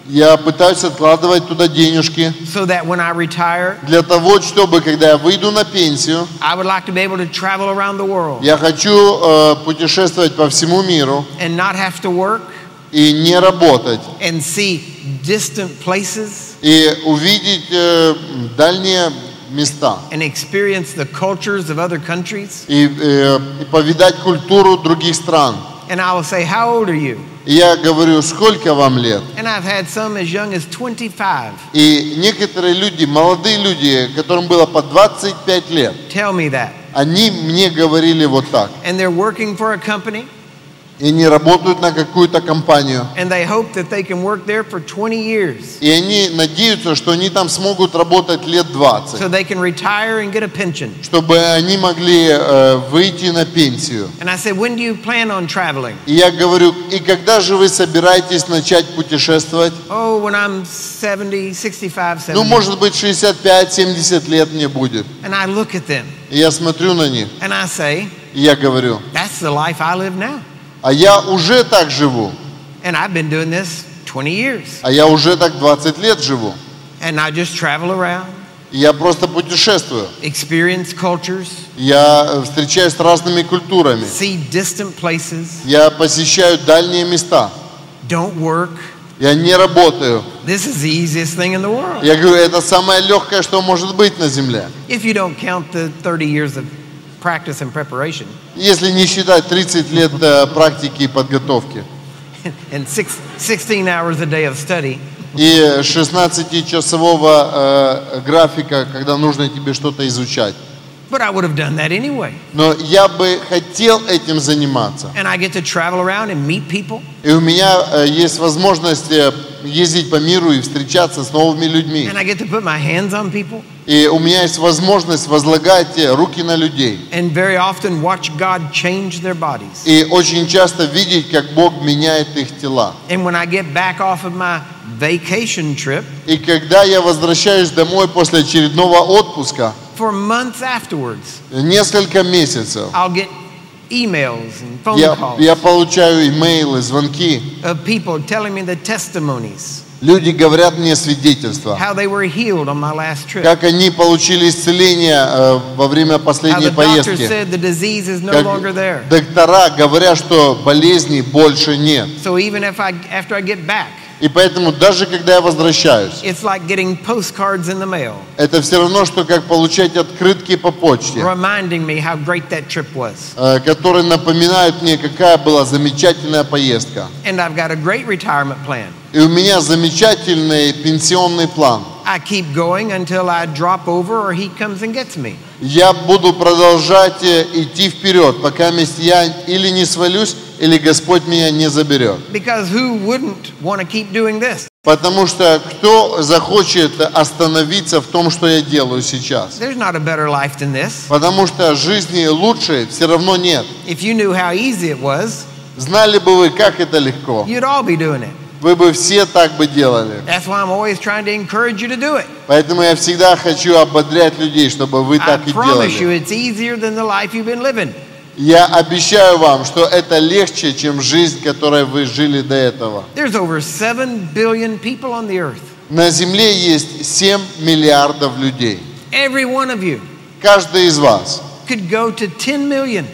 я пытаюсь откладывать туда денежки
so that when I retire,
для того, чтобы, когда я выйду на пенсию,
I would like to be able to travel around the world
я хочу э, путешествовать по всему миру
and not have to work
и не работать,
and see distant places
и увидеть э, дальние места,
and experience the cultures of other countries.
и, э, и повидать культуру других стран.
And I will say, How old are you?
И я говорю, сколько вам лет?
And I've had some as young as 25
И некоторые люди, молодые люди, которым было по 25 лет,
tell me that.
они мне говорили вот так.
And they're working for a company
И они работают на какую-то компанию.
and they hope that they can work there for 20 years
И они надеются, что они там смогут работать лет 20,
so they can retire and get a pension.
чтобы они могли э, выйти на пенсию.
And I said, When do you plan on traveling?
И я говорю, и когда же вы собираетесь начать путешествовать?
Oh, when I'm 70, 65,
Ну,
70.
может быть, 65-70 лет мне будет.
And I look at them
И я смотрю на них,
and I say,
и я говорю,
That's the life I live now.
а я уже так живу,
And I've been doing this 20 years.
а я уже так 20 лет живу.
And I just travel around,
И Я просто путешествую.
experience cultures,
Я э, встречаюсь с разными культурами.
see distant places,
Я посещаю дальние места.
don't work.
Я не работаю.
This is the easiest thing in the world.
Я говорю, это самое легкое, что может быть на земле.
If you don't count the 30 years of practice and preparation [LAUGHS]
Если не считать 30 лет э, практики и подготовки.
and six, 16 hours a day of study,
И 16-часового э, графика, когда нужно тебе что-то изучать.
but I would have done that anyway.
Но я бы хотел этим заниматься.
And I get to travel around and meet people.
И у меня э, есть возможность э, ездить по миру и встречаться с новыми людьми.
And I get to put my hands on people
И у меня есть возможность возлагать э, руки на людей.
and very often watch God change their bodies.
И очень часто видеть, как Бог меняет их тела.
And when I get back off of my vacation trip,
И когда я возвращаюсь домой после очередного отпуска,
for months afterwards,
несколько месяцев,
I'll get emails and phone
я,
calls
я получаю имейлы, звонки.
of people telling me the testimonies,
Люди говорят мне свидетельства,
how they were healed on my last trip.
как они получили исцеление э, во время
How the
последней
doctor
поездки.
said the disease is no
Как
longer there.
доктора говорят, что болезней больше нет.
So even if I after I get back,
И поэтому даже когда я возвращаюсь,
it's like getting postcards in the mail
это все равно, что как получать открытки по почте,
reminding me how great that trip was.
э, которые напоминают мне, какая была замечательная поеzdка.
And I've got a great retirement plan.
И у меня замечательный пенсионный план.
I keep going until I drop over or he comes and gets me.
Я буду продолжать э, идти вперед, пока месть я или не свалюсь, или Господь меня не заберет.
Because who wouldn't want to keep doing this?
Потому что кто захочет остановиться в том, что я делаю сейчас?
There's not a better life than this.
Потому что жизни лучше все равно нет.
If you knew how easy it was,
Знали бы вы, как это легко,
you'd all be doing it.
вы бы все так бы делали.
That's why I'm always trying to encourage you to do it.
Поэтому я всегда хочу ободрять людей, чтобы вы
I
так и
promise you,
делали.
it's easier than the life you've been living.
Я обещаю вам, что это легче, чем жизнь, которой вы жили до этого.
There's over 7 billion people on the earth.
На земле есть 7 миллиардов людей.
Every one of you
Каждый из вас
could go to 10 million.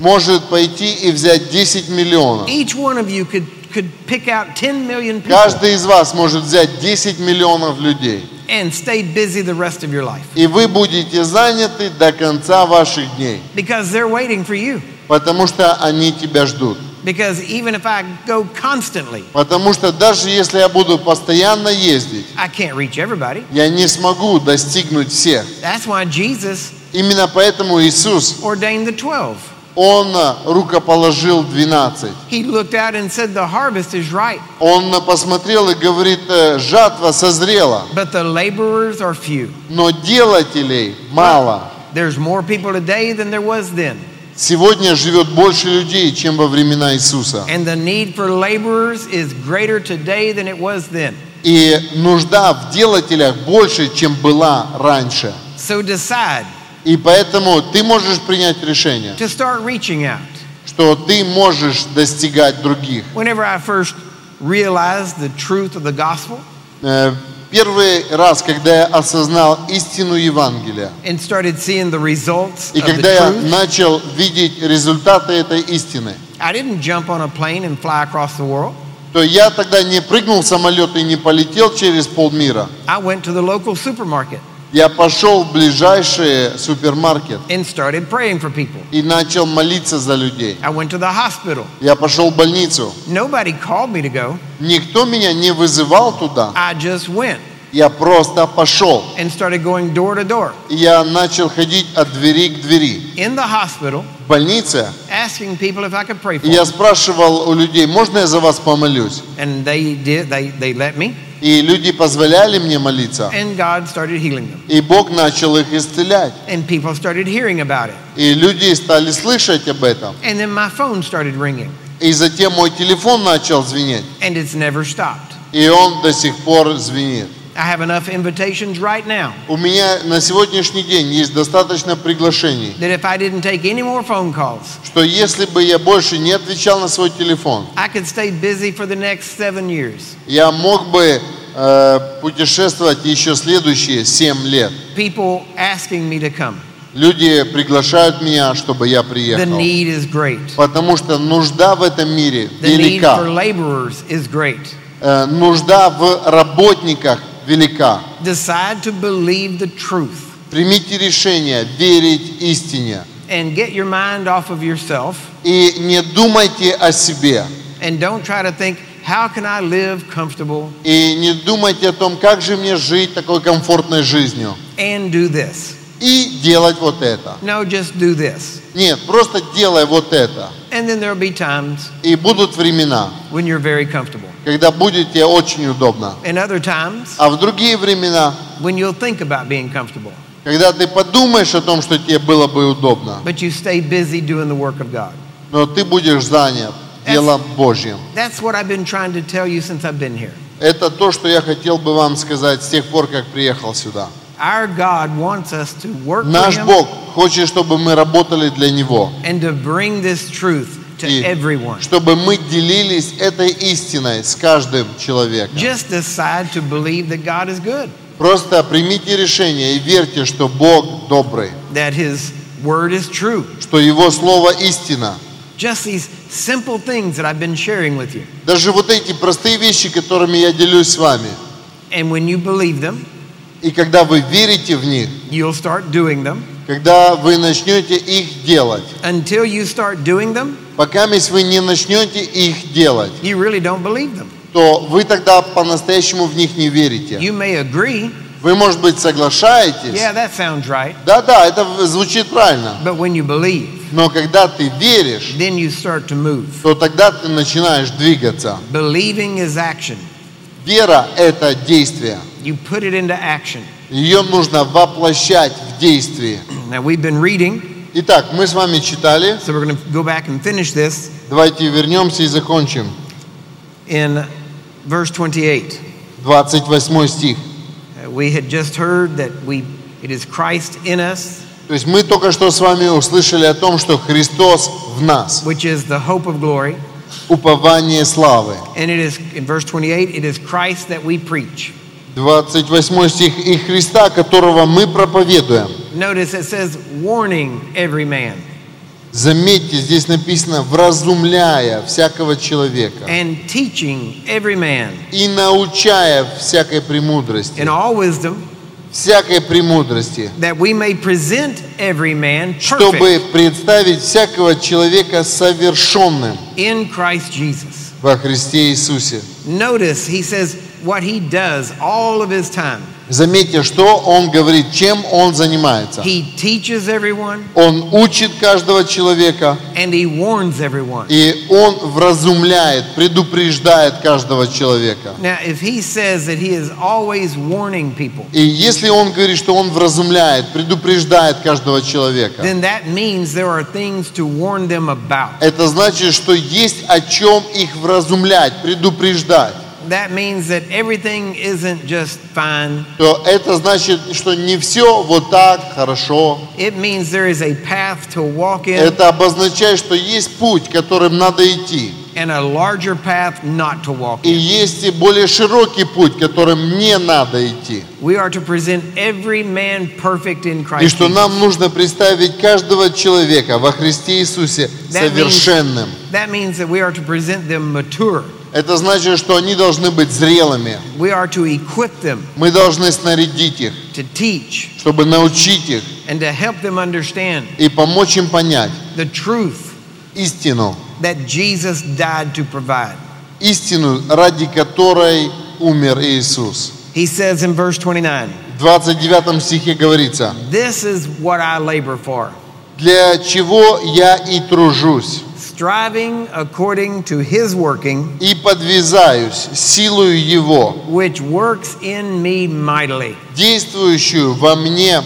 может пойти и взять 10 миллионов.
Each one of you could, could pick out 10 million people
Каждый из вас может взять 10 миллионов людей.
and stay busy the rest of your life
И вы будете заняты до конца ваших дней,
because they're waiting for you.
потому что они тебя ждут.
Because even if I go constantly,
Потому что даже если я буду постоянно ездить,
I can't reach everybody.
я не смогу достигнуть всех.
That's why Jesus
Именно поэтому Иисус
ordained the 12.
Он э, рукоположил 12.
He looked out and said, The harvest is ripe,
Он э, посмотрел и говорит, э, жатва созрела,
but the laborers are few.
но делателей мало.
There's more people today than there was then.
Сегодня живет больше людей, чем во времена Иисуса.
And the need for laborers is greater today than it was then.
И нужда в делателях больше, чем была раньше.
So decide
И поэтому ты можешь принять решение,
to start reaching out.
что ты можешь достигать других.
Whenever I first realized the truth of the gospel
Э, Первый раз, когда я осознал истину Евангелия,
and started seeing the results
и
of the
когда я
truth,
начал видеть результаты этой истины,
I didn't jump on a plane and fly across the world.
то я тогда не прыгнул в самолет и не полетел через полмира.
I went to the local supermarket
Я пошел в ближайший супермаркет
and started praying for people.
и начал молиться за людей.
I went to the hospital.
Я пошел в больницу.
Nobody called me to go.
Никто меня не вызывал туда.
I just went
Я просто пошел.
and started going door to door
И Я начал ходить от двери к двери.
in the hospital
В больнице.
asking people if I could pray for
И
them.
я spрашивал у людей, можно я за вас помолюсь?
And they did they they let me
И люди позволяли мне молиться.
and God started healing them.
И Бог начал их исцелять.
And people started hearing about it.
И люди стали слышать об этом.
And then my phone started ringing
И затем мой телефон начал звенеть.
and it's never stopped.
И он до сих пор звенит.
I have enough invitations right now
У меня на сегодняшний день есть достаточно приглашений,
that if I didn't take any more phone calls,
что если бы я больше не отвечал на свой телефон,
I could stay busy for the next 7 years.
я мог бы э, путешествовать еще следующие 7 лет.
People asking me to come.
Люди приглашают меня, чтобы я
The
приехал.
need is great.
Потому что нужда в этом мире
The need for
велика.
laborers is great.
Э, нужда в работниках велика.
Decide to believe the truth
Примите решение верить истине.
and get your mind off of yourself
И не думайте о себе.
and don't try to think, how can I live comfortable
И не думайте о том, как же мне жить такой комфортной жизнью.
and do this?
И делать вот это.
No, just do this.
Нет, просто делай вот это.
And then there'll be times
И будут времена,
when you're very comfortable,
когда будет тебе очень удобно.
and other times
А в другие времена,
when you'll think about being comfortable,
когда ты подумаешь о том, что тебе было бы удобно,
but you stay busy doing the work of God.
но ты будешь занят делом Божьим.
That's what I've been trying to tell you since I've been here.
Это то, что я хотел бы вам сказать с тех пор, как приехал сюда.
Our God wants us to work for
Наш
Him
Бог хочет, чтобы мы работали для Него.
and to bring this truth to
И
everyone.
чтобы мы делились этой истиной с каждым человеком.
Just decide to believe that God is good,
Просто примите решение и верьте, что Бог добрый,
that His Word is true.
что Его Слово истина.
Just these simple things that I've been sharing with you.
Даже вот эти простые вещи, которыми я делюсь с вами.
And when you believe them,
И когда вы верите в них,
you'll start doing them.
когда вы начнете их делать,
Until you start doing them,
пока вы не начнете их делать,
you really don't believe them.
то вы тогда по-настоящему в них не верите.
You may agree,
Вы, может быть, соглашаетесь.
yeah, that sounds right.
Да-да, это в- звучит правильно.
But when you believe,
Но когда ты веришь,
then you start to move.
то тогда ты начинаешь двигаться.
Believing is action.
Вера – это действие.
You put it into action. [CLEARS THROAT]
Ее нужно воплощать в действии.
Now, we've been reading,
Итак, мы с вами читали.
so we're going to go back and finish this
Давайте вернемся и закончим.
in verse 28.
28 стих.
Uh, We had just heard that we, it is Christ in us,
То есть мы только что с вами услышали о том, что Христос в нас.
which is the hope of glory.
Упование славы.
And it is, in verse 28, it is Christ that we preach.
28 стих. И Христа, которого мы проповедуем.
Notice it says, warning every man
Заметьте, здесь написано «вразумляя всякого человека
and teaching every man
и научая всякой
in
премудрости».
all wisdom,
Всякой премудрости.
that we may present every man
чтобы
perfect
представить всякого человека совершенным
in Christ Jesus.
во Христе Иисусе.
Notice he says, what he does all of his time.
Заметьте, что он говорит, чем он занимается.
He teaches everyone
Он учит каждого человека,
and he warns everyone.
и он вразумляет, предупреждает каждого человека.
Now, if he says that he is always warning people,
И если он говорит, что он вразумляет, предупреждает каждого человека,
then that means there are things to warn them about.
это значит, что есть о чем их вразумлять, предупреждать.
That means that everything isn't just fine.
То это значит, что не все вот так хорошо.
It means there is a path to walk in
Это обозначает, что есть путь, которым надо идти.
and a larger path not to walk
И
in.
есть и более широкий путь, которым не надо идти.
We are to present every man perfect in
И
Christ.
что нам нужно представить каждого человека во Христе Иисусе
That means-
совершенным.
That means that we are to present them mature.
Это значит, что они должны быть зрелыми.
We are to equip them
Мы должны снарядить их,
to teach
чтобы научить их
and to help them understand
и помочь им понять
the truth
истину.
that Jesus died to provide.
Истину, ради которой умер Иисус.
He says in verse 29,
В 29 стихе говорится,
This is what I labor for,
«Для чего я и тружусь,
striving according to his working,
и подвязаюсь силою Его,
which works in me mightily.
действующую во мне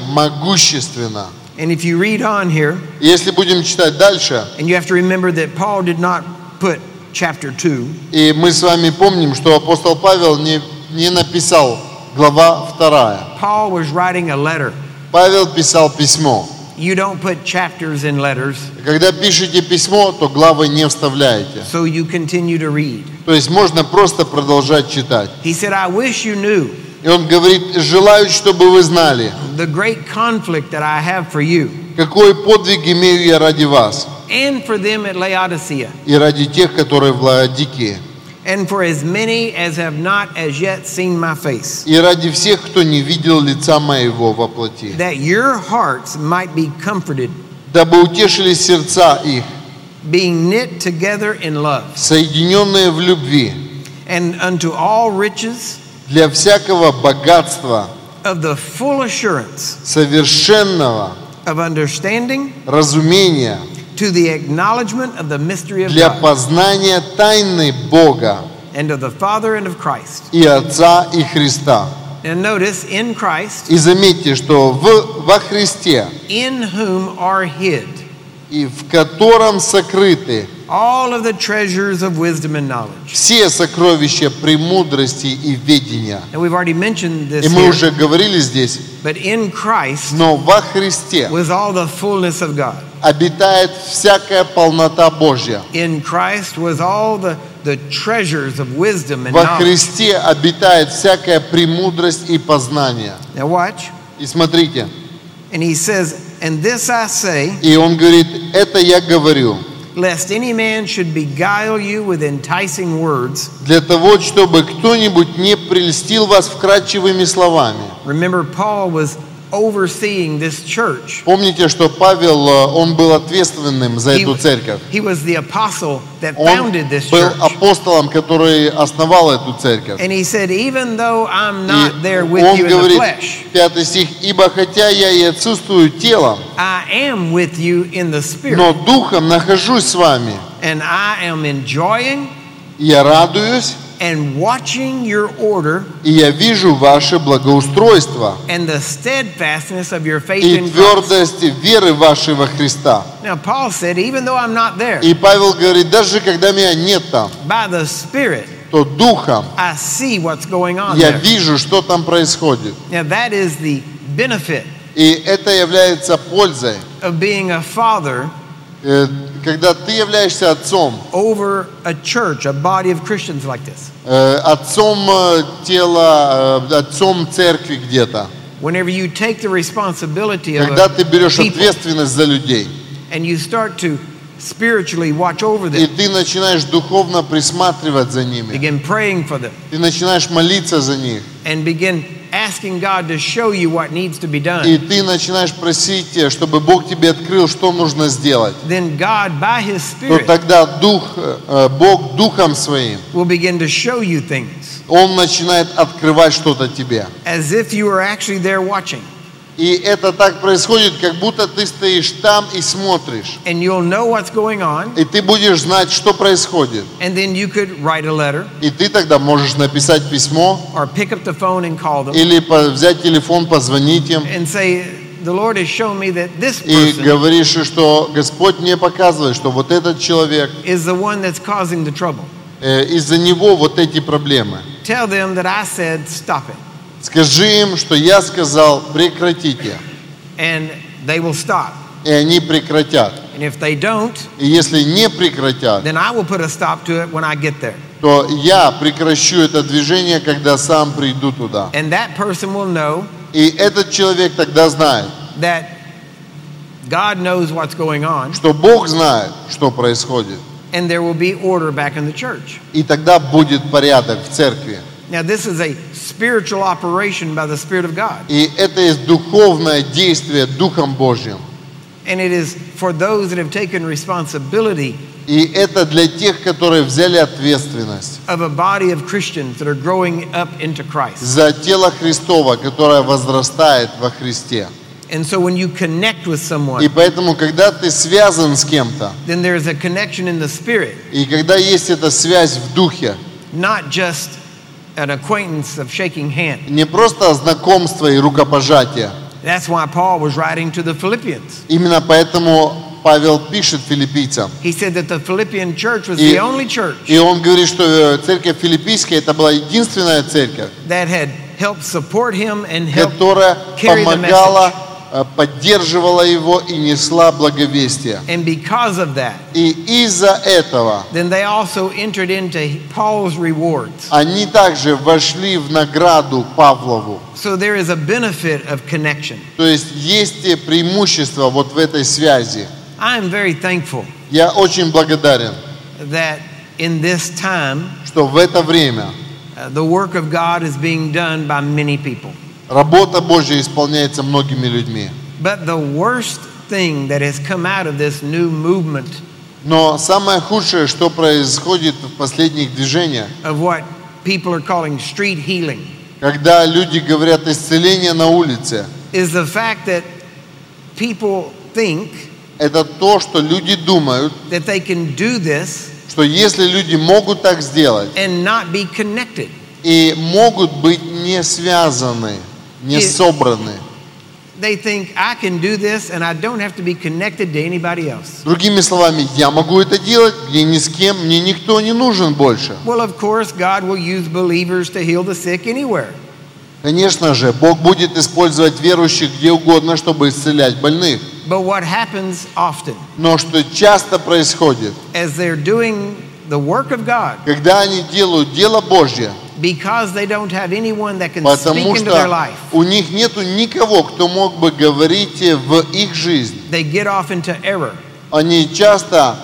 могущественно».
And if you read on here,
Если будем читать дальше,
and you have to remember that Paul did not put chapter 2,
и мы с вами помним, что апостол Павел не, не написал глава 2.
Paul was writing a letter.
Павел писал письмо.
You don't put chapters in letters,
Когда пишете письмо, то главы не вставляете.
so you continue to read.
То есть можно просто продолжать читать.
He said, I wish you knew
И он говорит, желаю, чтобы вы знали,
the great conflict that I have for you
какой подвиг имею я ради вас
and for them at Laodicea,
и ради тех, которые в Лаодике,
and for as many as have not as yet seen my face.
и ради всех, кто не видел лица моего во плоти,
that your hearts might be comforted,
дабы утешили сердца их,
being knit together in love,
соединенные в любви,
and unto all riches
для всякого богатства,
of the full assurance
совершенного
of understanding
разумения,
to the acknowledgement of the mystery of
для
God
познания тайны Бога
and of the Father and of Christ.
и Отца и Христа.
And notice, in Christ,
И заметьте, что в, во Христе,
in whom are hid
и в котором сокрыты
all of the treasures of wisdom and knowledge.
все сокровища премудрости и ведения.
And we've already mentioned this
И мы
here,
уже говорили здесь,
but in Christ
но во Христе
was all the fullness of God.
обитает всякая полнота Божья.
In Christ was all the, the treasures of wisdom and
Во
knowledge.
Христе обитает всякая премудрость и познание.
Now watch.
И смотрите,
And he says, And this I say,
и он говорит, это я говорю
lest any man should beguile you with enticing words.
для того, чтобы кто-нибудь не прельстил вас вкрадчивыми словами.
Remember, Paul was overseeing this church.
Помните, что Павел, э, он был ответственным за
He,
эту церковь.
he was the apostle that
Он
founded this
был
church.
апостолом, который основал эту церковь.
And he said, Even though I'm
И
not there with
он
you in the
говорит,
flesh,
пятый стих, «Ибо хотя я и отсутствую телом,
I am with you in the
но
spirit,
духом нахожусь с вами,
and I am enjoying
и я радуюсь,
and watching your order
и я вижу ваше благоустройство
and the steadfastness of your faith
и
in Christ.
твердость веры вашего Христа».
Now, Paul said, even though I'm not there,
И Павел говорит, даже когда меня нет там,
by the Spirit,
то духом
I see what's going on
я
there.
вижу, что там происходит.
Now, that is the benefit
И это является пользой.
of being a father
Э, Когда ты являешься отцом,
over a church, a body of Christians like this.
э, отцом э, тела, э, отцом церкви где-то,
Whenever you take the responsibility of
когда ты
a
берешь
people
ответственность за людей
and you start to spiritually watch over
И
them.
ты начинаешь духовно присматривать за ними.
Begin praying for them
Ты начинаешь молиться за них.
and begin asking God to show you what needs to be done.
И ты начинаешь просить, э, чтобы Бог тебе открыл, что нужно сделать.
Then God, by His
То
Spirit,
тогда Дух, э, э, Бог Духом Своим,
will begin to show you things
Он начинает открывать что-то тебе.
as if you were actually there watching.
И это так происходит, как будто ты стоишь там и смотришь.
And you'll know what's going on,
И ты будешь знать, что происходит.
and then you could write a letter
И ты тогда можешь написать письмо
or pick up the phone and call them
или по- взять телефон, позвонить им.
and say, The Lord has shown me that this
И
person
говоришь, что Господь мне показывает, что вот этот человек,
is the one that's causing the trouble.
э, из-за него вот эти проблемы.
Tell them that I said, Stop it.
Скажи им, что я сказал, прекратите.
And they will stop.
И они прекратят.
And if they don't,
И если не прекратят,
then I will put a stop to it when I get there.
то я прекращу это движение, когда сам приду туда.
And that person will know
И этот человек тогда знает,
that God knows what's going on,
что Бог знает, что происходит.
and there will be order back in the church.
И тогда будет порядок в церкви.
Now, this is a spiritual operation by the Spirit of God,
И это есть духовное действие Духом Божьим.
and it is for those that have taken responsibility
И это для тех, которые взяли ответственность
of a body of Christians that are growing up into Christ.
за тело Христова, которое возрастает во Христе.
And so, when you connect with
И
someone,
поэтому, когда ты связан с кем-то,
then there's a connection in the Spirit,
и когда есть эта связь в духе,
not just an acquaintance of shaking hands.
не просто знакомство и рукопожатие,
That's why Paul was writing to the Philippians.
Именно поэтому Павел пишет филиппийцам.
He said that the Philippian church was
Yeah.
the only church
И он говорит, что э, церковь филиппийская это была единственная церковь,
that had helped support him and helped
которая
carry the
помогала, э, поддерживала его и несла благовестие.
and because of that,
И из-за этого
then they also entered into Paul's rewards.
они также вошли в награду Павлову.
So there is a benefit of connection.
То есть есть те преимущества вот в этой связи.
I am very thankful
Я очень благодарен,
that in this time
что в это время
uh, the work of God is being done by many people.
работа Божья исполняется многими людьми.
But the worst thing that has come out of this new movement
Но самое худшее, что происходит в последних движениях,
of what people are calling street healing
когда люди говорят исцеление на улице,
is the fact that people think
это то, что люди думают,
that they can do this
что если люди могут так сделать
and not be connected.
и могут быть не связаны, не
И-
собраны.
They think I can do this and I don't have to be connected to anybody else.
Другими словами, я могу это делать, мне ни с кем, мне никто не нужен больше.
Well, of course, God will use believers to heal the sick anywhere.
Конечно же, Бог будет использовать верующих где угодно, чтобы исцелять больных.
But what happens often
Но что часто происходит,
as they're doing the work of God
когда они делают дело Божье,
because they don't have anyone that can
Потому
speak into their
что
life,
у них нету никого, кто мог бы говорить э, в их жизнь.
they get off into error
Они часто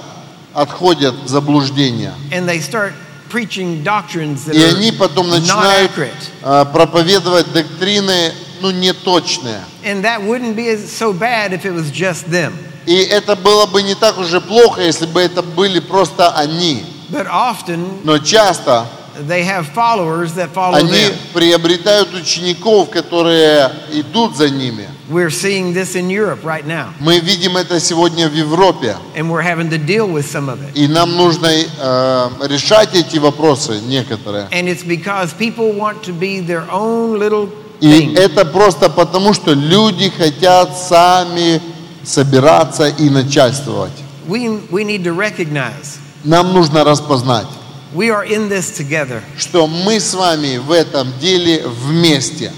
отходят в заблуждение.
and they start preaching doctrines that
И они
are
потом
not
начинают
accurate.
э, проповедовать доктрины, ну, неточные.
And that wouldn't be as- so bad if it was just them.
И это было бы не так уже плохо, если бы это были просто они.
But often
Но часто
they have followers that follow
они
them.
приобретают учеников, которые идут за ними.
We're seeing this in Europe right now,
Мы видим это сегодня в Европе.
and we're having to deal with some of it.
И нам нужно э, решать эти вопросы некоторые.
And it's because people want to be their own little
И
thing.
это просто потому, что люди хотят сами собираться и начальствовать.
We, we need to recognize
Нам нужно распознать,
we are in this together,
что мы с вами в этом деле вместе.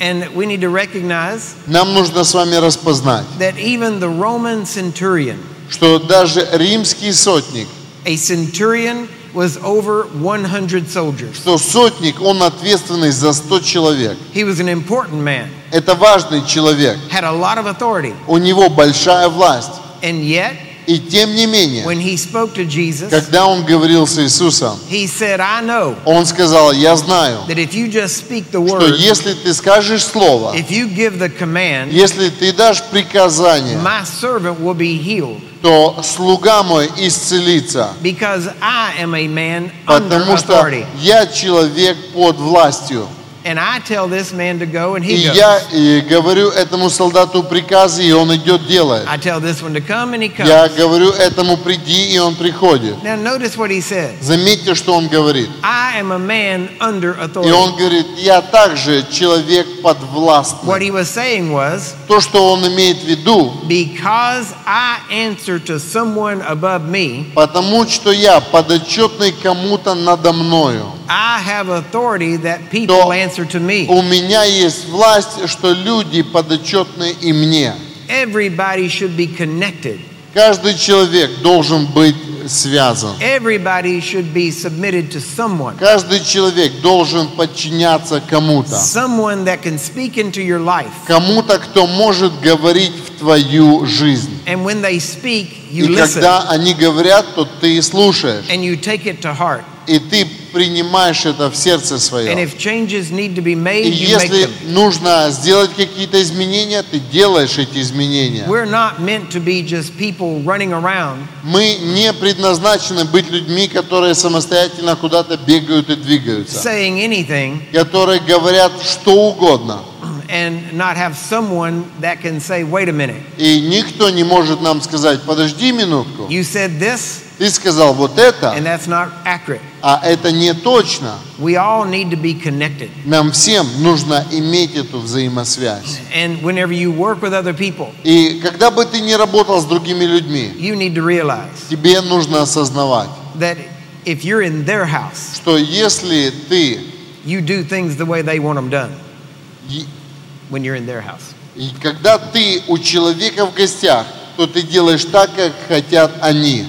and we need to recognize
Нам нужно с вами распознать,
that even the Roman centurion,
что даже римский сотник,
a centurion was over 100 soldiers.
что сотник, он ответственный за 100 человек.
He was an important man,
Это важный человек.
had a lot of authority,
У него большая власть.
and yet
И тем не менее,
when he spoke to Jesus,
когда он говорил с Иисусом,
he said, I know
он сказал, я знаю,
that if you just speak the
что
word,
если ты скажешь слово,
if you give the command,
если ты дашь приказание,
my servant will be healed
то слуга мой исцелится,
because I am a man under
потому что
authority.
я человек под властью.
And I tell this man to go and
И
he goes.
я э, говорю этому солдату приказы, и он идет делает.
I tell this one to come and he comes.
Я говорю этому приди, и он приходит.
Now notice what he said.
Заметьте, что он говорит.
I am a man under
И
authority.
он говорит, я также человек подвластный.
What he was saying was,
То, что он имеет в виду,
because I answer to someone above me,
потому что я подотчетный кому-то надо мною.
I have authority that people
So-
answer to me.
У меня есть власть, что люди подотчетны и мне.
Everybody should be connected.
Каждый человек должен быть связан.
Everybody should be submitted to someone.
Каждый человек должен подчиняться кому-то.
Someone that can speak into your life.
Кому-то, кто может говорить в твою жизнь.
And when they speak, you
И
listen
когда они говорят, то ты слушаешь.
and you take it to heart.
И ты принимаешь это в сердце
And
свое.
if changes need to be made,
И
you make
если
them.
нужно сделать какие-то изменения, ты делаешь эти изменения.
We're not meant to be just people running around.
Мы не предназначены быть людьми, которые самостоятельно куда-то бегают и двигаются,
saying anything
которые говорят что угодно.
and not have someone that can say, wait a minute,
И никто не может нам сказать, подожди минутку,
you said this
ты сказал вот это,
and that's not accurate.
а это не точно.
We all need to be connected.
Нам всем нужно иметь эту взаимосвязь.
And whenever you work with other people,
И когда бы ты ни работал с другими людьми,
you need to realize
тебе нужно осознавать,
that if you're in their house,
что если ты
you do things the way they want them done
И-
when you're in their house.
И когда ты у человека в гостях, то ты делаешь так, как хотят они.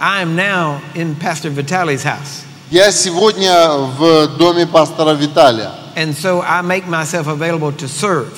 I am now in Pastor Vitali's house.
Я сегодня в доме пастора Виталия,
And so I make myself available to serve.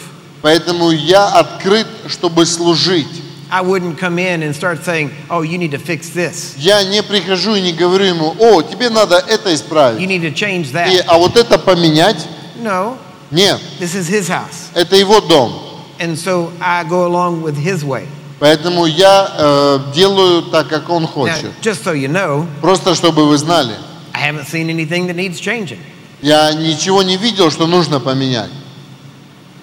поэтому я открыт, чтобы служить.
I wouldn't come in and start saying, oh, you need to fix this.
Я не прихожу и не говорю ему, о, тебе надо это
You
исправить,
need to change
и,
that.
а вот это поменять.
No,
Нет,
This is his house.
это его дом.
And so I go along with his way.
Поэтому я э, делаю так, как он
Now,
хочет.
just so you know,
Просто чтобы вы знали,
I haven't seen anything that needs changing.
я ничего не видел, что нужно поменять.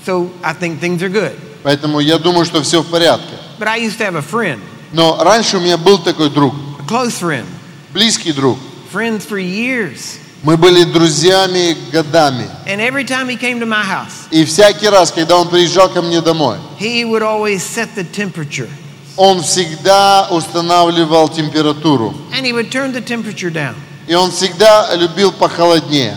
So I think things are good.
Поэтому я думаю, что все в порядке.
But I used to have a friend,
Но раньше у меня был такой друг,
a close friend,
близкий друг.
friends for years.
Мы были друзьями годами.
And every time he came to my house,
И всякий раз, когда он приезжал ко мне домой,
he would always set the temperature.
он всегда устанавливал температуру.
And he would turn the temperature down.
И он всегда любил похолоднее.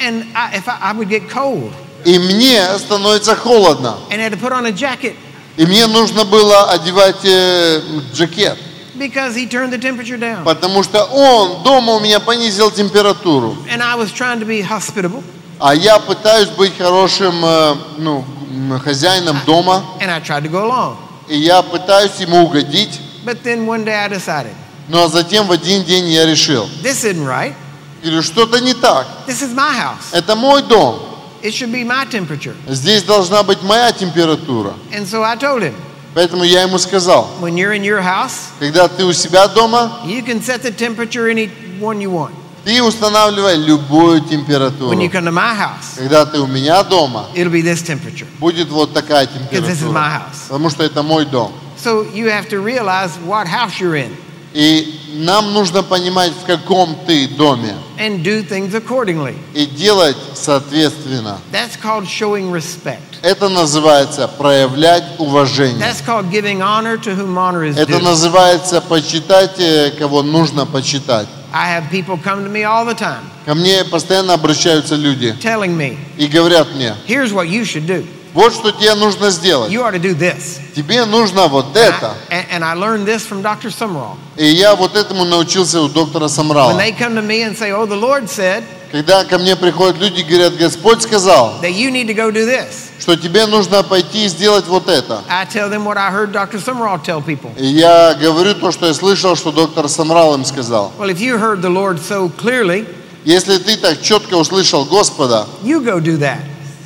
A- And I, if I, I would get cold
И мне становится холодно.
and had to put on a jacket
И мне нужно было одевать э, джакет.
because he turned the temperature down.
Потому что он дома у меня понизил температуру.
And I was trying to be hospitable
А я пытаюсь быть хорошим э, ну, м, хозяином дома.
and I tried to go along.
И я пытаюсь ему угодить.
But then one day I decided,
Ну а затем в один день я решил,
this isn't right.
говорю, что-то не так.
This is my house.
Это мой дом.
It should be my temperature.
Здесь должна быть моя температура.
And so I told him,
Поэтому я ему сказал,
when you're in your house,
когда ты у себя дома,
you can set the temperature any one you want.
ты устанавливай любую
When you
температуру.
come to my house,
Когда ты у меня дома,
it'll be this temperature.
будет вот такая
Because this is my
температура.
house.
Потому что это мой дом.
So you have to realize what house you're in
И нам нужно понимать, в каком ты доме.
and do things accordingly.
И делать соответственно.
That's called showing respect.
Это называется проявлять уважение.
That's called giving honor to whom honor is
Это
due.
называется почитать, э, кого нужно почитать.
I have people come to me all the time
Ко мне постоянно обращаются люди
telling me,
и говорят мне,
here's what you should do.
вот что тебе нужно сделать.
You ought to do this.
Тебе нужно вот это.
And, and I learned this from Dr. Summerall.
И я вот этому научился у доктора
When
Самрала.
they come to me and say, Oh, the Lord said,
Когда ко мне приходят люди и говорят, Господь сказал,
that you need to go do this.
что тебе нужно пойти и сделать вот это.
I tell them what I heard Dr. Summerall tell people.
И я говорю то, что я слышал, что доктор Самрал им сказал.
Well, if you heard the Lord so clearly,
Если ты так четко услышал Господа,
you go do that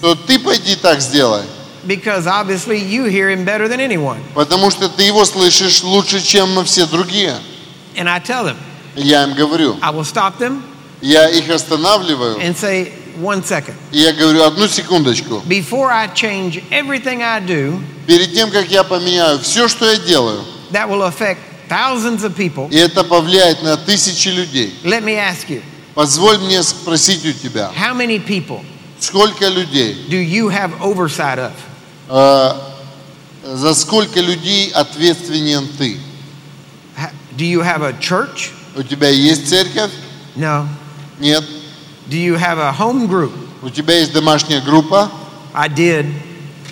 то ты пойди так сделай.
because obviously you hear Him better than anyone.
Потому что ты его слышишь лучше, чем все другие.
And I tell them,
Я им говорю.
I will stop them
Я их останавливаю.
and say, one second.
И я говорю, одну секундочку.
Before I change everything I do
Перед тем, как я поменяю все, что я делаю,
that will affect thousands of people,
и это повлияет на тысячи людей,
let me ask you,
позволь мне спросить у тебя,
how many people
сколько людей,
do you have oversight of?
э, за сколько людей ответственен ты?
Ha- Do you have a church?
У тебя есть церковь?
No.
Нет.
Do you have a home group?
У тебя есть домашняя группа?
I did,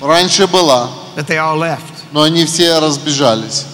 Раньше была,
but they all left.
но они все разбежались.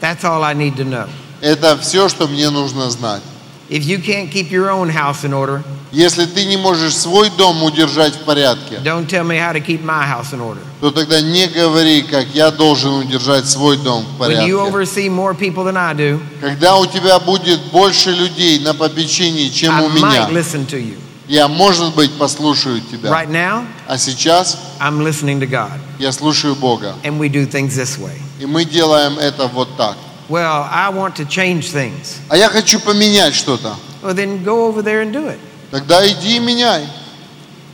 That's all I need to know.
Это все, что мне нужно знать.
If you can't keep your own house in order,
Если ты не можешь свой дом удержать в порядке,
don't tell me how to keep my house in order.
то тогда не говори, как я должен удержать свой дом в
When you
порядке.
oversee more people than I do,
Когда у тебя будет больше людей на попечении, чем
I
у
might
меня,
listen to you.
я, может быть, послушаю тебя.
Right now,
А сейчас
I'm listening to God,
я слушаю Бога.
and we do things this way.
И мы делаем это вот так.
Well, I want to change things.
А я хочу поменять что-то.
Well, then go over there and do it.
Тогда иди и меняй.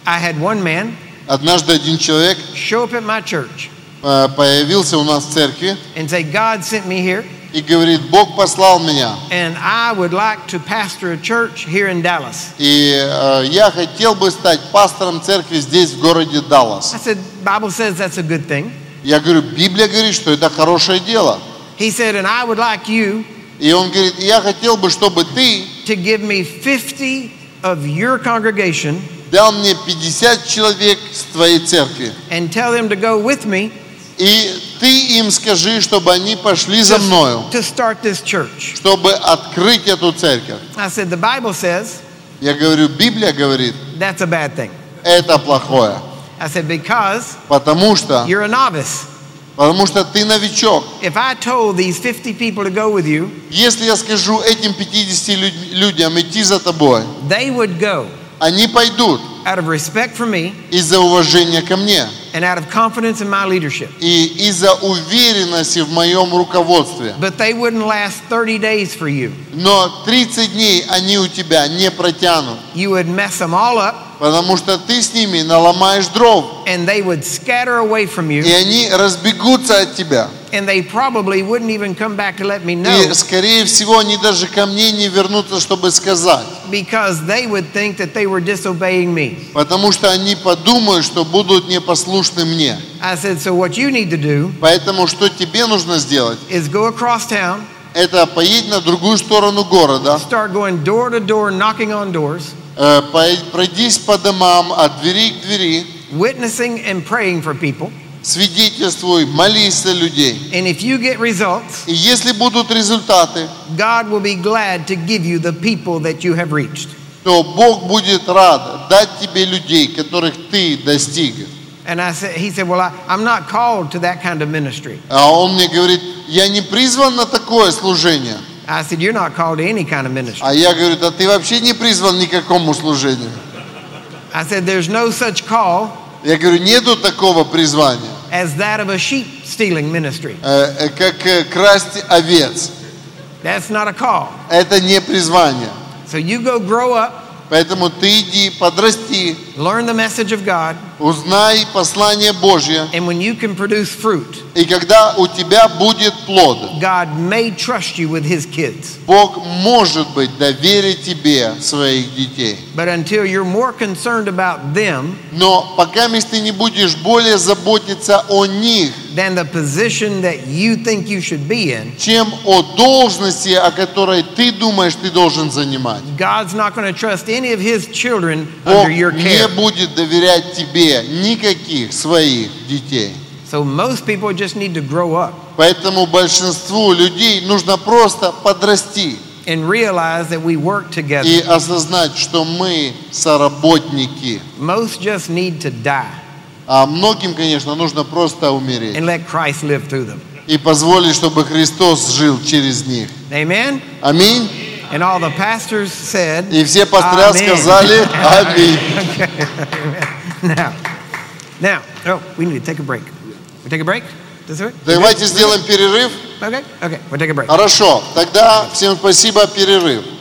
I had one man
Однажды один человек
show up at my church
э, появился у нас в церкви
and say, God sent me here,
и говорит, Бог послал меня.
and I would like to pastor a church here in Dallas.
И э, я хотел бы стать пастором церкви здесь, в городе Даллас.
I said, Bible says that's a good thing.
Я говорю, Библия говорит, что это хорошее дело.
He said, and I would like you
И он говорит, я хотел бы, чтобы ты
to give me 50 of your congregation
дал мне 50 человек с твоей церкви.
and tell them to go with me
И ты им скажи, чтобы они пошли за мною,
to start this church.
чтобы открыть эту церковь.
I said, the Bible says
Я говорю, Библия говорит,
that's a bad thing.
это плохое.
I said, because
Потому что,
you're a novice.
потому что ты новичок.
If I told these 50 people to go with you,
Если я скажу этим 50 люд- людям идти за тобой,
they would go
они пойдут
out of respect for me
из-за уважения ко мне
and out of confidence in my leadership.
и из-за уверенности в моем руководстве.
But they wouldn't last 30 days for you.
Но 30 дней они у тебя не протянут,
You would mess them all up
потому что ты с ними наломаешь дров,
and they would scatter away from
и
you
они разбегутся от тебя.
and they probably wouldn't even come back to let me know
И, скорее всего, они даже ко мне не вернутся, чтобы сказать,
because they would think that they were disobeying me.
потому что они подумают, что будут непослушны мне.
I said, So what you need to do
Поэтому что тебе нужно сделать?
is go across town,
Это поедь на другую сторону города,
start going door to door, knocking on doors,
э, пой- пройдись по домам от двери к двери,
witnessing and praying for people.
свидетельствуй, молись за людей.
And if you get results,
И если будут результаты,
God will be glad to give you the people that you have reached.
то Бог будет рад дать тебе людей, которых ты достиг.
And I said, he said, well, I, I'm not called to that kind of ministry.
А он мне говорит, я не призван на такое служение.
I said, you're not called to any kind of ministry.
А я говорю, да ты вообще не призван ни к какому служению.
I said, there's no such call
Я говорю, нету такого призвания,
as that of a sheep stealing ministry.
э, э, как э, красть овец.
That's not a call.
Это не призвание.
So you go grow up,
Поэтому ты иди, подрасти,
learn the message of God,
узнай послание Божье.
and when you can produce fruit,
И когда у тебя будет плод,
God may trust you with his kids.
Бог может быть доверит тебе своих детей.
But until you're more concerned about them
Но пока ты не будешь более заботиться о них,
than the position that you think you should be in,
чем о должности, о которой ты думаешь, ты должен занимать.
God's not going to trust any of his children
Бог
under your care.
не будет доверять тебе никаких своих детей.
So most people just need to grow up.
Поэтому большинству людей нужно просто подрасти.
and realize that we work together.
и осознать, что мы соработники.
Most just need to die
А многим, конечно, нужно просто умереть
and let Christ live through them.
и позволить, чтобы Христос жил через них.
Amen?
Аминь.
And all the pastors said, [LAUGHS]
И все пастыря
Аминь. [LAUGHS]
сказали Аминь.
now, now, oh, we need to take a break. We take a break? Does it?
Давайте сделаем перерыв.
Okay, okay, we'll take a break.
Хорошо. Тогда всем спасибо. Перерыв.